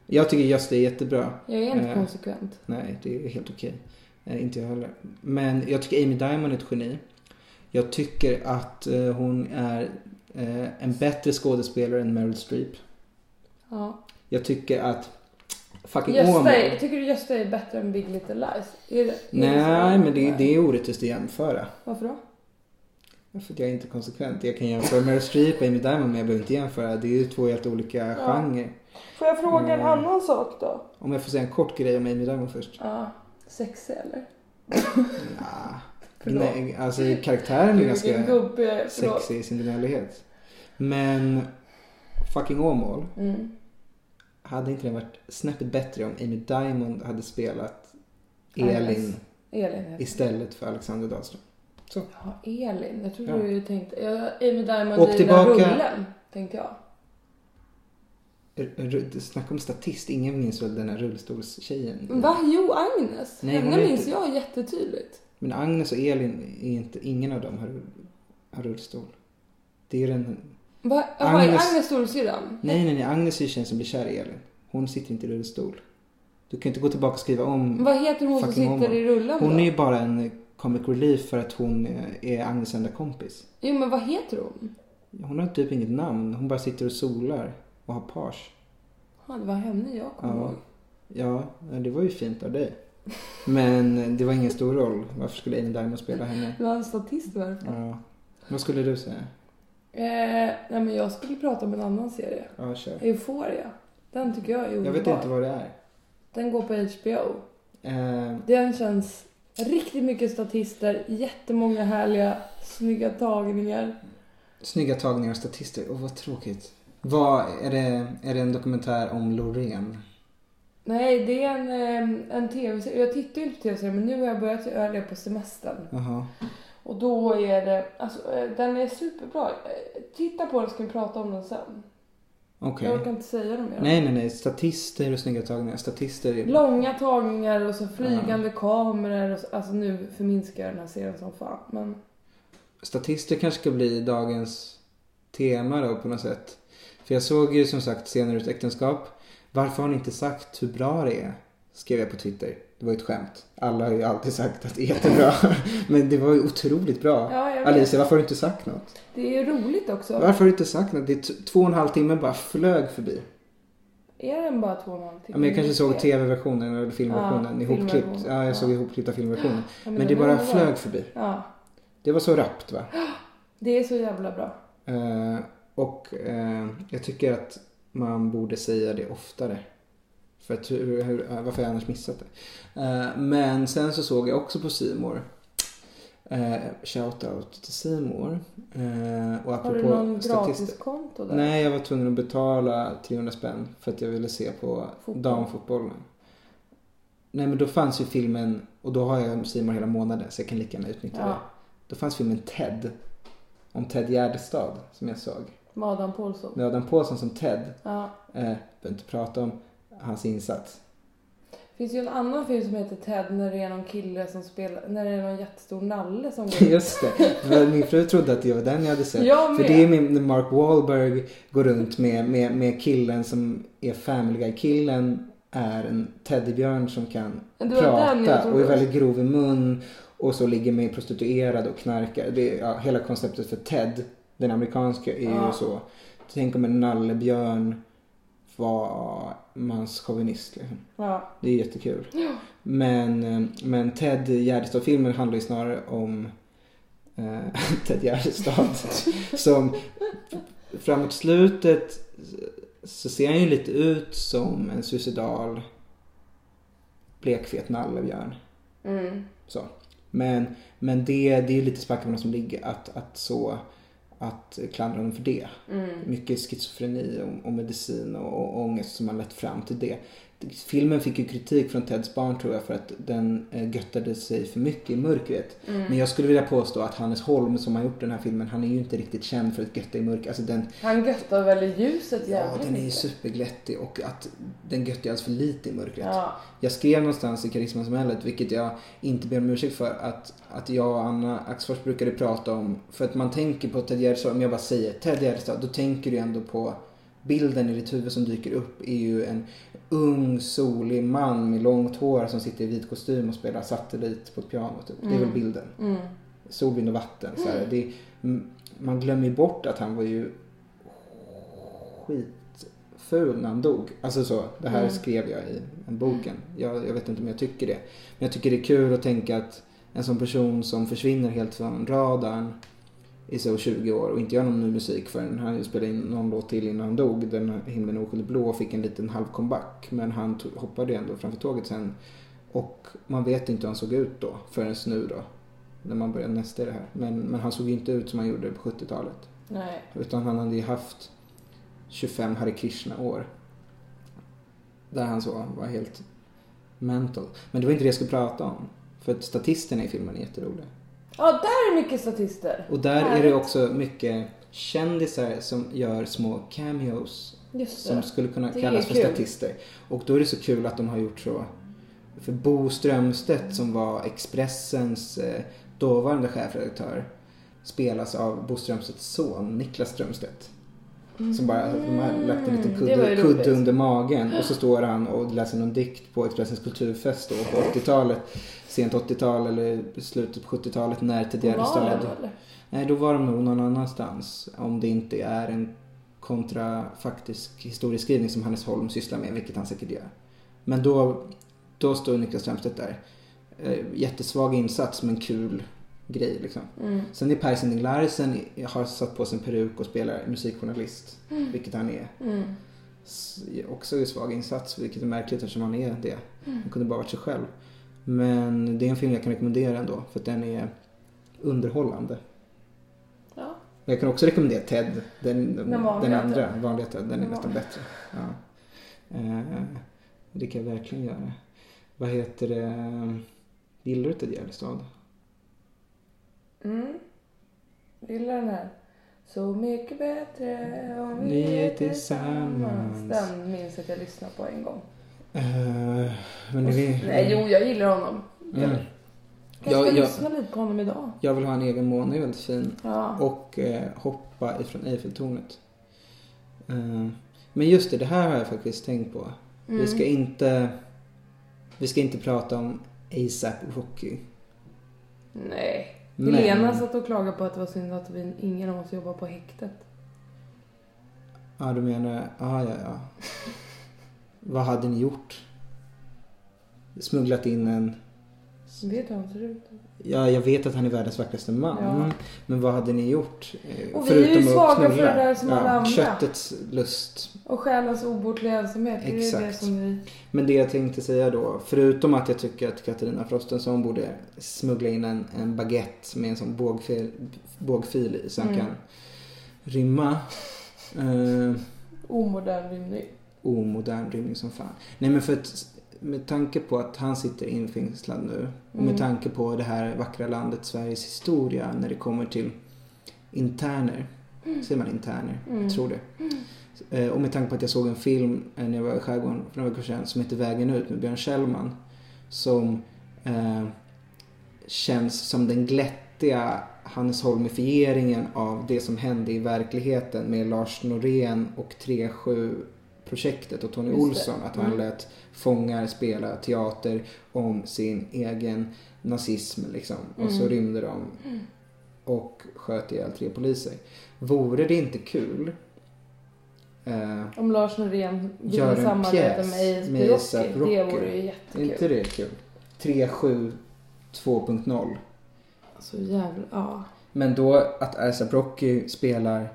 S2: Jag tycker Gösta är jättebra.
S3: Jag är inte
S2: Eh,
S3: konsekvent.
S2: Nej, det är helt okej. Eh, inte jag heller. Men jag tycker Amy Diamond är ett geni. Jag tycker att eh, hon är eh, en bättre skådespelare än Meryl Streep.
S3: Ja.
S2: Jag tycker att fucking
S3: Gösta
S2: Åmål-
S3: är, tycker du Gösta är bättre än Big Little Lies? Är det, är
S2: Nej,
S3: så?
S2: men det, det är orättvist att jämföra.
S3: Varför då?
S2: För att jag är inte konsekvent. Jag kan jämföra Meryl Streep och Amy Diamond men jag behöver inte jämföra. Det är ju två helt olika genrer.
S3: Får jag fråga
S2: Mm.
S3: en annan sak då?
S2: Om jag får säga en kort grej om Amy Diamond först.
S3: Ja. Sexig eller? Förlåt.
S2: Nej, alltså karaktären är
S3: Vilken
S2: ganska
S3: gubbe jag är. Förlåt.
S2: sexig i sin gnällighet. Men fucking Åmål.
S3: Mm.
S2: Hade inte den varit snäppet bättre om Amy Diamond hade spelat Elin
S3: Elin heter
S2: istället för Alexander Dahlström? Så.
S3: Ja, Elin. Jag trodde
S2: Ja.
S3: du tänkte... Ja, Amy Diamond
S2: Och
S3: i
S2: tillbaka-
S3: den där rullen, tänkte jag.
S2: R- r- Snacka om statist. Ingen minns väl den här rullstolstjejen?
S3: Va? Jo, Agnes.
S2: Nej, hon
S3: Henne
S2: är
S3: minns
S2: inte-
S3: jag jättetydligt.
S2: Men Agnes och Elin, är inte, ingen av dem har, har rullstol. Det är den...
S3: Va? Jaha, är
S2: Agnes-
S3: Agnes storasyrran?
S2: Nej, nej, nej. Agnes är ju tjejen som blir kär i Elin. Hon sitter inte i rullstol. Du kan inte gå tillbaka och skriva om...
S3: Vad heter hon som
S2: fucking
S3: sitter
S2: Homer.
S3: i rullen
S2: Hon
S3: då?
S2: är ju bara en comic relief för att hon eh, är Agnes enda kompis.
S3: Jo, men vad heter hon?
S2: Hon har typ inget namn. Hon bara sitter och solar och har page.
S3: Ja, det var henne jag kom
S2: Ja.
S3: ihåg.
S2: Ja, det var ju fint av dig. Men det var ingen stor roll. Varför skulle Amy Diamond spela henne?
S3: Det var en statist i varje fall.
S2: Ja. Vad skulle du säga?
S3: Eh, nej, men jag skulle prata om en annan serie.
S2: Ja, kör.
S3: Euphoria. Den tycker jag är
S2: Jag
S3: underbar.
S2: vet inte vad det är.
S3: Den går på HBO.
S2: Eh,
S3: Den känns riktigt mycket statister, jättemånga härliga, snygga tagningar.
S2: Snygga tagningar och statister. Åh, vad tråkigt. Vad, är, det, är det en dokumentär om Loreen?
S3: Nej, det är en, eh, en tv-serie. Jag tittar ju inte på tv-serier men nu har jag börjat göra det på semestern.
S2: Jaha.
S3: Och då är det, alltså eh, den är superbra. Eh, Titta på den så kan vi prata om den sen.
S2: Okej.
S3: Jag kan inte säga det mer.
S2: Nej, nej, nej. Statister och snygga tagningar. Statister är...
S3: Långa tagningar och så flygande kameror. Och så, alltså nu förminskar jag den här serien som fan. Men
S2: Statister kanske ska bli dagens tema då på något sätt. För jag såg ju som sagt senare ut äktenskap. Varför har ni inte sagt hur bra det är? Skrev jag på Twitter. Det var ju ett skämt. Alla har ju alltid sagt att det är jättebra. Men det var ju otroligt bra.
S3: Ja, jag vet.
S2: Alicia, varför har du inte sagt något?
S3: Det är roligt också.
S2: Varför har du inte sagt något? Det är t- två och en halv timme bara flög förbi.
S3: Är den bara två och en halv timme?
S2: Ja, men jag kanske såg tv-versionen eller filmversionen
S3: Ja,
S2: ihopklippt.
S3: filmversion.
S2: Ja, jag såg
S3: Ja.
S2: ihopklippta filmversionen.
S3: men
S2: Men det
S3: den är
S2: bara
S3: bra.
S2: flög förbi.
S3: Ja,
S2: Det var så rappt va?
S3: det är så jävla bra.
S2: Eh, och eh, jag tycker att man borde säga det oftare. För att hur, hur, eh, varför har jag annars missat det? Eh, men sen så såg jag också på Simor. Uh, shout out till Simor. Uh, och
S3: Har du
S2: apropå
S3: någon
S2: statister.
S3: gratiskonto där?
S2: Nej, jag var tvungen att betala 300 spänn för att jag ville se på
S3: Fotboll.
S2: damfotbollen. Nej, men då fanns ju filmen och då har jag Simor hela månaden så jag kan lika gärna utnyttja
S3: Ja.
S2: det. Då fanns filmen Ted. Om Ted Gärdestad som jag såg.
S3: Med Adam Pålsson?
S2: Med Adam Pålsson som Ted.
S3: Ja.
S2: Eh, behöver inte prata om hans insats.
S3: Det finns ju en annan film som heter Ted när det är någon kille som spelar, när det är någon jättestor nalle som går ut.
S2: Just det. För Min fru trodde att det var den jag hade sett.
S3: Jag
S2: För
S3: med.
S2: det är min när Mark Wahlberg går runt med, med, med killen som är Family Guy-killen är en teddybjörn som kan
S3: Det var den jag
S2: prata
S3: trodde.
S2: och är väldigt grov i mun och så ligger med prostituerade och knarkar. Det är, ja, hela konceptet för Ted, den amerikanska, är ju så. Tänk om en nallebjörn var manschauvinist liksom.
S3: Ja.
S2: Det är jättekul. Men, eh, men Ted Gärdestad-filmen handlar ju snarare om eh, Ted Gärdestad. som framåt slutet så ser han ju lite ut som en suicidal blekfet nallebjörn.
S3: Mm.
S2: Så. Men, men det, det är ju lite sparkat med någon som ligger att, att så att klandra honom för det. Mycket schizofreni och, och medicin och, och ångest som har lett fram till det. Filmen fick ju kritik från Teds barn tror jag för att den eh, göttade sig för mycket i mörkret. Men jag skulle vilja påstå att Hannes Holm som har gjort den här filmen, han är ju inte riktigt känd för att götta i mörkret. Alltså den,
S3: Han göttar väl i ljuset
S2: Ja,
S3: jävligt
S2: den är ju
S3: mycket.
S2: superglättig och att den göttar ju alldeles för lite i mörkret.
S3: Ja.
S2: Jag skrev någonstans i Karismasamhället, vilket jag inte ber om ursäkt för, att, att jag och Anna Axfors brukade prata om, för att man tänker på Ted Gärdestad, om jag bara säger Ted Gärdestad, då tänker du ändå på bilden i ditt huvud som dyker upp är ju en ung solig man med långt hår som sitter i vit kostym och spelar satellit på ett piano. Typ. Det är
S3: Mm.
S2: väl bilden. Sol, vind och vatten. Så här. Det, m- man glömmer ju bort att han var ju skitful när han dog. Alltså så, det här skrev jag i en boken. Jag, jag vet inte om jag tycker det. Men jag tycker det är kul att tänka att en sån person som försvinner helt från radarn i så 20 år och inte gör någon ny musik förrän han spelade in någon låt till innan han dog. Den himlen är oskyldigt blå och fick en liten halv comeback. Men han to- hoppade ju ändå framför tåget sen. Och man vet inte hur han såg ut då förrän nu då. När man började nästa i det här. Men, men han såg ju inte ut som han gjorde på 70-talet.
S3: Nej.
S2: Utan han hade ju haft 25 Hare Krishna-år. Där han så var helt mental. Men det var inte det jag skulle prata om. För att statisterna i filmen är jätteroliga.
S3: Ja, där är mycket statister.
S2: Och där är det
S3: Härligt.
S2: också mycket kändisar som gör små cameos.
S3: Just det.
S2: Som skulle kunna
S3: Det är
S2: kallas för
S3: kul.
S2: statister. Och då är det så kul att de har gjort så. För Bo Strömstedt som var Expressens eh, dåvarande chefredaktör spelas av Bo Strömstedts son Niklas Strömstedt. Som bara de har lagt en liten
S3: Mm, det var ju
S2: kudde,
S3: roligt.
S2: kudde under magen och så står han och läser någon dikt på Expressens kulturfest då på 80-talet. Sent 80-tal eller slutet på 70-talet när Ted
S3: Var
S2: Gärdestad
S3: de, eller?
S2: Nej, då var de nog någon annanstans. Om det inte är en kontrafaktisk historieskrivning som Hannes Holm sysslar med, vilket han säkert gör. Men då, då står Niklas Strömstedt där. Eh, jättesvag insats, men kul grej liksom.
S3: Mm.
S2: Sen är Per Sinding Larsen har satt på sig en peruk och spelar musikjournalist,
S3: Mm.
S2: vilket han är. S- Också en svag insats, vilket är märkligt eftersom han är det.
S3: Mm.
S2: Han kunde bara varit sig själv. Men det är en film jag kan rekommendera ändå, för att den är underhållande.
S3: Ja.
S2: Jag kan också rekommendera Ted, den, den,
S3: Den vanliga
S2: den andra
S3: Ted.
S2: vanliga Ted. Den, är
S3: Den
S2: nästan bättre. Ja. Eh, det kan jag verkligen göra. Vad heter det? Gillar du Ted Gärdestad?
S3: Mm. Gillar den här. Så mycket bättre om
S2: Ni
S3: vi
S2: är
S3: är tillsammans.
S2: tillsammans.
S3: Den minns jag att jag lyssnade på en gång.
S2: Eh, men det är,
S3: Nej, jo, jag gillar honom.
S2: Mm.
S3: Jag
S2: Jag-
S3: ska
S2: jag-
S3: lyssna lite på honom idag.
S2: Jag vill ha en egen måne är väldigt fin.
S3: Ja.
S2: Och eh, hoppa ifrån Eiffeltornet.
S3: Mm.
S2: Eh, men just det, det här har jag faktiskt tänkt på. Vi ska inte Vi ska inte prata om ASAP Rocky.
S3: Nej.
S2: Men-
S3: Helena satt och klagade på att det var synd att vi, ingen av oss jobbar på häktet.
S2: Ja, du menar... Ja, ja, ja. Vad hade ni gjort? Smugglat in en...
S3: Vet du hur han ser ut?
S2: Ja, jag vet att han är världens vackraste man.
S3: Ja.
S2: Men vad hade ni gjort? eh,
S3: Och vi är ju
S2: förutom att
S3: svaga för
S2: knulla?
S3: det där som alla andra.
S2: Köttets lust.
S3: Och själens obotliga ensamhet. Det är ju det
S2: Exakt.
S3: som vi...
S2: Men det jag tänkte säga då, förutom att jag tycker att Katarina Frostenson borde smuggla in en, en baguette med en sån bågfil, bågfil i så han kan rymma. Eh,
S3: Omodern rymning.
S2: omodern rymning som fan. Nej men för att med tanke på att han sitter infängslad nu och med tanke på det här vackra landet Sveriges historia när det kommer till interner. Säger man interner? Jag tror det. Eh, Och med tanke på att jag såg en film eh, när jag var i skärgården för några veckor sedan som heter Vägen ut med Björn Kjellman. Som eh, känns som den glättiga Hannesholmifieringen av det som hände i verkligheten med Lars Norén och 37-projektet och Tony
S3: Just det. Mm.
S2: Olsson. Att han lät fångar spela teater om sin egen nazism liksom. Och
S3: Mm.
S2: så rymde de och sköt ihjäl tre poliser. Vore det inte kul eh,
S3: Om Lars Norén
S2: Gör
S3: ville
S2: en
S3: samarbeta
S2: pjäs
S3: med
S2: med
S3: Ace
S2: A$AP
S3: Rocky. Det
S2: Rocky.
S3: vore ju
S2: Är
S3: jättekul.
S2: inte det kul? 372.0.
S3: Så jävla... Ja.
S2: Men då att ASAP Rocky spelar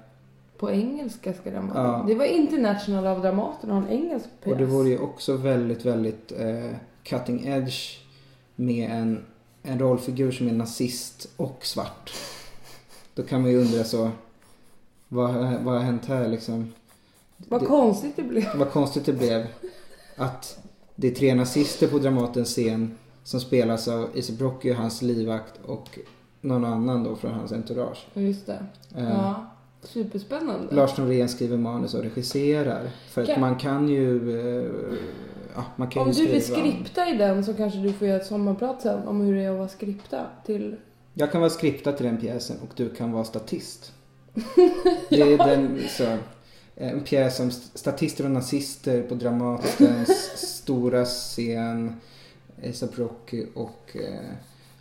S3: På engelska ska den vara.
S2: Ja.
S3: Det var International av Dramaten och en engelsk pjäs.
S2: och det vore ju också väldigt, väldigt eh, cutting edge med en, en rollfigur som är nazist och svart. Då kan man ju undra så, vad, har- vad har hänt här liksom?
S3: Vad konstigt det blev.
S2: Vad konstigt det blev att det är tre nazister på Dramatens scen som spelas av Isaac Rocky, hans livvakt och någon annan då från hans entourage. Eh,
S3: Ja, Just det. Ja. Superspännande.
S2: Lars Norén skriver manus och regisserar. För att
S3: Kan-
S2: man kan ju... eh, Ja, man kan
S3: Om
S2: ju
S3: du vill
S2: skriva-
S3: skripta i den så kanske du får göra ett sommarprat sen om hur det är att vara skripta till...
S2: Jag kan vara skripta till den pjäsen och du kan vara statist. Det är den, så, en pjäs om st- statister och nazister på Dramatens stora scen. ASAP Rocky och eh,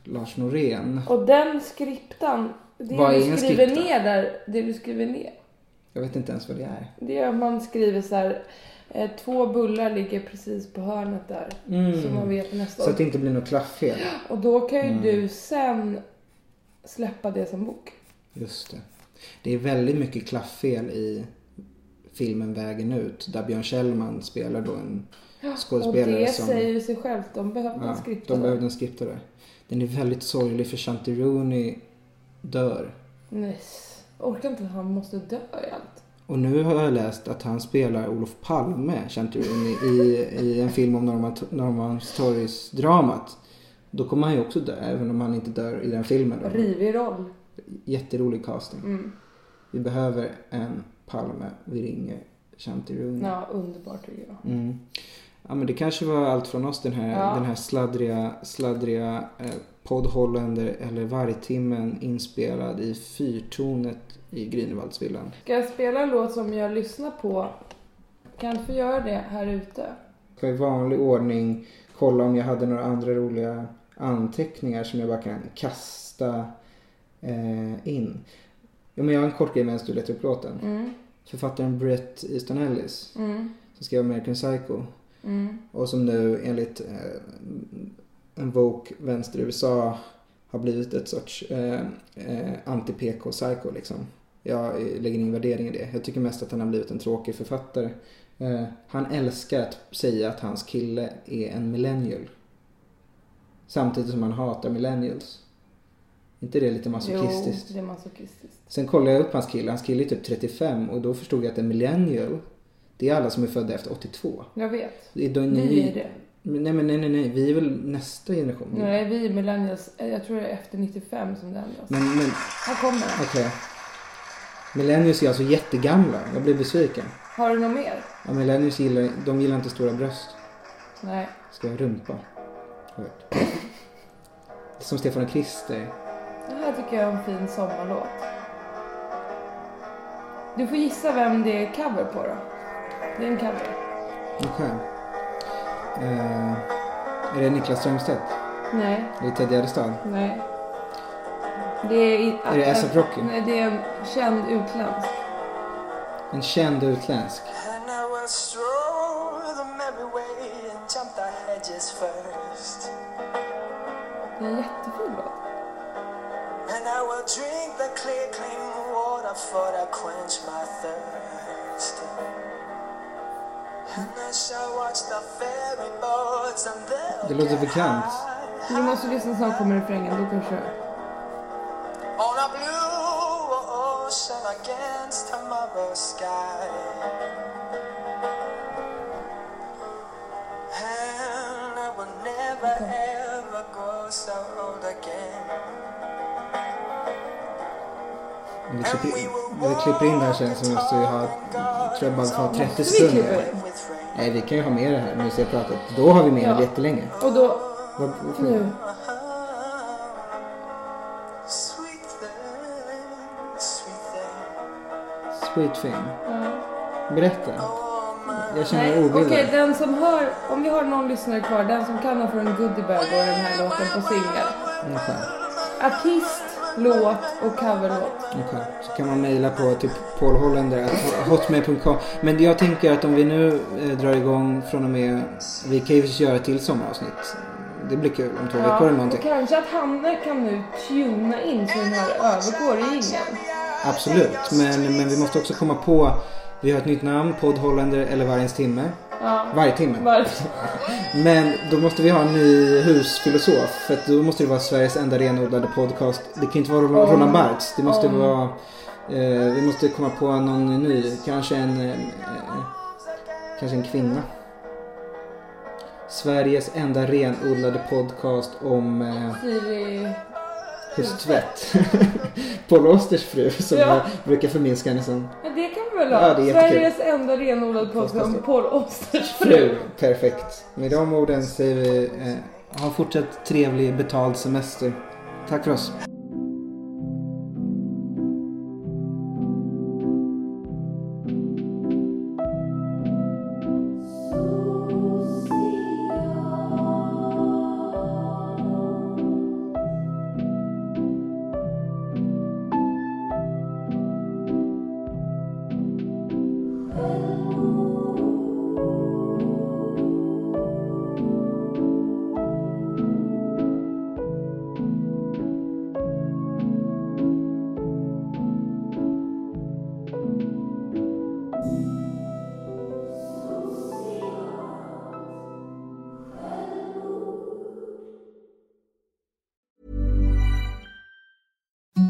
S2: Lars Norén.
S3: Och den skriptan, det
S2: Vad
S3: du
S2: är en
S3: skriver
S2: skripta?
S3: ner där, det du skriver ner.
S2: Jag vet inte ens vad det är.
S3: Det är att man skriver så här, eh, två bullar ligger precis på hörnet där. Så man vet nästa.
S2: Mm. Så att Mm. det inte blir något klaffel.
S3: Och då kan ju du sen släppa det som bok.
S2: Just det. Det är väldigt mycket klafffel i filmen Vägen ut där Björn Kjellman spelar då en
S3: Och
S2: skådespelare
S3: det
S2: som...
S3: säger ju sig självt, de behövde en
S2: ja,
S3: skripta.
S2: de behövde en skriptare. Den är väldigt sorglig för Shanti Rooney dör.
S3: Nej, orkar inte han måste dö i allt.
S2: Och nu har jag läst att han spelar Olof Palme, Shanti Rooney, i, i en film om Norman- Norrmalmstorgsdramat. Då kommer han ju också dö, även om han inte dör i den filmen. Då.
S3: Rivig roll.
S2: Jätterolig casting.
S3: Mm.
S2: Vi behöver en Palme. Vi ringer Shanti Rooney.
S3: Ja, underbart tycker jag.
S2: Mm. Ja, men det kanske var allt från oss den här,
S3: Ja.
S2: den här sladdriga, sladdriga eh, poddhållande eller vargtimmen inspelad i fyrtornet i Grünewaldsvillan.
S3: Ska jag spela en låt som jag lyssnar på? Kan jag få göra det här ute?
S2: Ska i vanlig ordning kolla om jag hade några andra roliga anteckningar som jag bara kan kasta eh, in. Ja, men jag har en kort grej medan du letar upp låten. Författaren Brett Easton Ellis som skrev American Psycho. Och som nu enligt eh, en bok vänster i USA har blivit ett sorts eh, eh, anti-PK-psycho liksom. Jag eh, lägger ingen värdering i det. Jag tycker mest att han har blivit en tråkig författare. Eh, han älskar att säga att hans kille är en millennial. Samtidigt som han hatar millennials. inte det lite masochistiskt?
S3: Jo, det är masochistiskt.
S2: Sen kollade jag upp hans kille. Hans kille är typ 35 och då förstod jag att en millennial, det är alla som är födda efter 82.
S3: Jag vet.
S2: Det är då
S3: Vi är det.
S2: Men Nej, men nej, nej, nej. Vi är väl nästa generation.
S3: Nej, vi är millennials. Eh, Jag tror det är efter 95 som det ändras.
S2: Men, men
S3: Här kommer den.
S2: okej. Millennials är alltså jättegamla. Jag blir besviken.
S3: Har du något mer?
S2: Ja, millennials gillar, de gillar inte stora bröst.
S3: Nej.
S2: Ska jag rumpa? Hört. Det är som Stefan och Krister.
S3: Det här tycker jag är en fin sommarlåt. Du får gissa vem det är cover på då. Det är en cover.
S2: Okej. Eh, Är det Niklas Strömstedt?
S3: Nej,
S2: Är det Ted Gärdestad?
S3: nej. Det är, i-
S2: Är det ASAP Rocky?
S3: Nej, det är en känd utländsk.
S2: En känd utländsk.
S7: And I will stroll the merry way and jump the hedges first.
S3: Det är en jättefin låt.
S7: And I will drink the clear, clean water for to quench my thirst. And I shall watch the ferry boats and they'll
S2: Det låter
S7: get
S2: bekant.
S3: Men Du måste lyssna snart kommer refrängen, då kanske...
S7: high on a blue ocean against tomorrow's sky. And I will never ever grow so old again.
S2: Om vi klipper, in- om vi klipper in det här sen så måste vi ha... Tror jag bara vi får ha 30
S3: Måste vi klippa
S2: sekunder.
S3: in?
S2: Nej, vi kan ju ha med det här musiga pratet. Då har vi med
S3: Ja.
S2: det jättelänge.
S3: Och då...
S2: Vad- varför-
S3: Nu.
S7: Sweet thing, sweet thing.
S2: Sweet thing. Berätta. Jag känner mig
S3: Nej, Okej,
S2: obildad.
S3: den som hör... Om vi har någon lyssnare kvar, den som kan ha för en goodiebag och den här låten på singel.
S2: Ungefär.
S3: Artist, låt och coverlåt.
S2: Ungefär. Så kan man mejla på typ paulhollander.hotmail.com. Men jag tänker att om vi nu eh, drar igång från och med... Vi kan ju göra ett till sommaravsnitt. Det blir kul om två veckor eller någonting.
S3: och kanske att Hanna kan nu tuna in så den här övergår i jingeln.
S2: Absolut, men, men vi måste också komma på... Vi har ett nytt namn, Podd Hollander eller Vargens timme.
S3: Ja.
S2: Varje timme.
S3: Varför?
S2: Men då måste vi ha en ny husfilosof. För att då måste det vara Sveriges enda renodlade podcast. Det kan ju inte vara Ro- Roland Bartz. Det måste vara... Eh, vi måste komma på någon ny. Kanske en... Eh, eh, kanske en kvinna. Sveriges enda renodlade podcast om eh,
S3: Siri...
S2: hustvätt. Paul Osters fru som
S3: Ja.
S2: jag brukar förminska henne som
S3: Men det kan vi väl
S2: Ja,
S3: ha?
S2: det är jättekul.
S3: Sveriges enda renodlade podcast om Paul Osters
S2: Fru,
S3: fru.
S2: perfekt. Med de orden säger vi eh, ha en fortsatt trevlig betald semester. Tack för oss.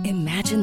S8: Imagine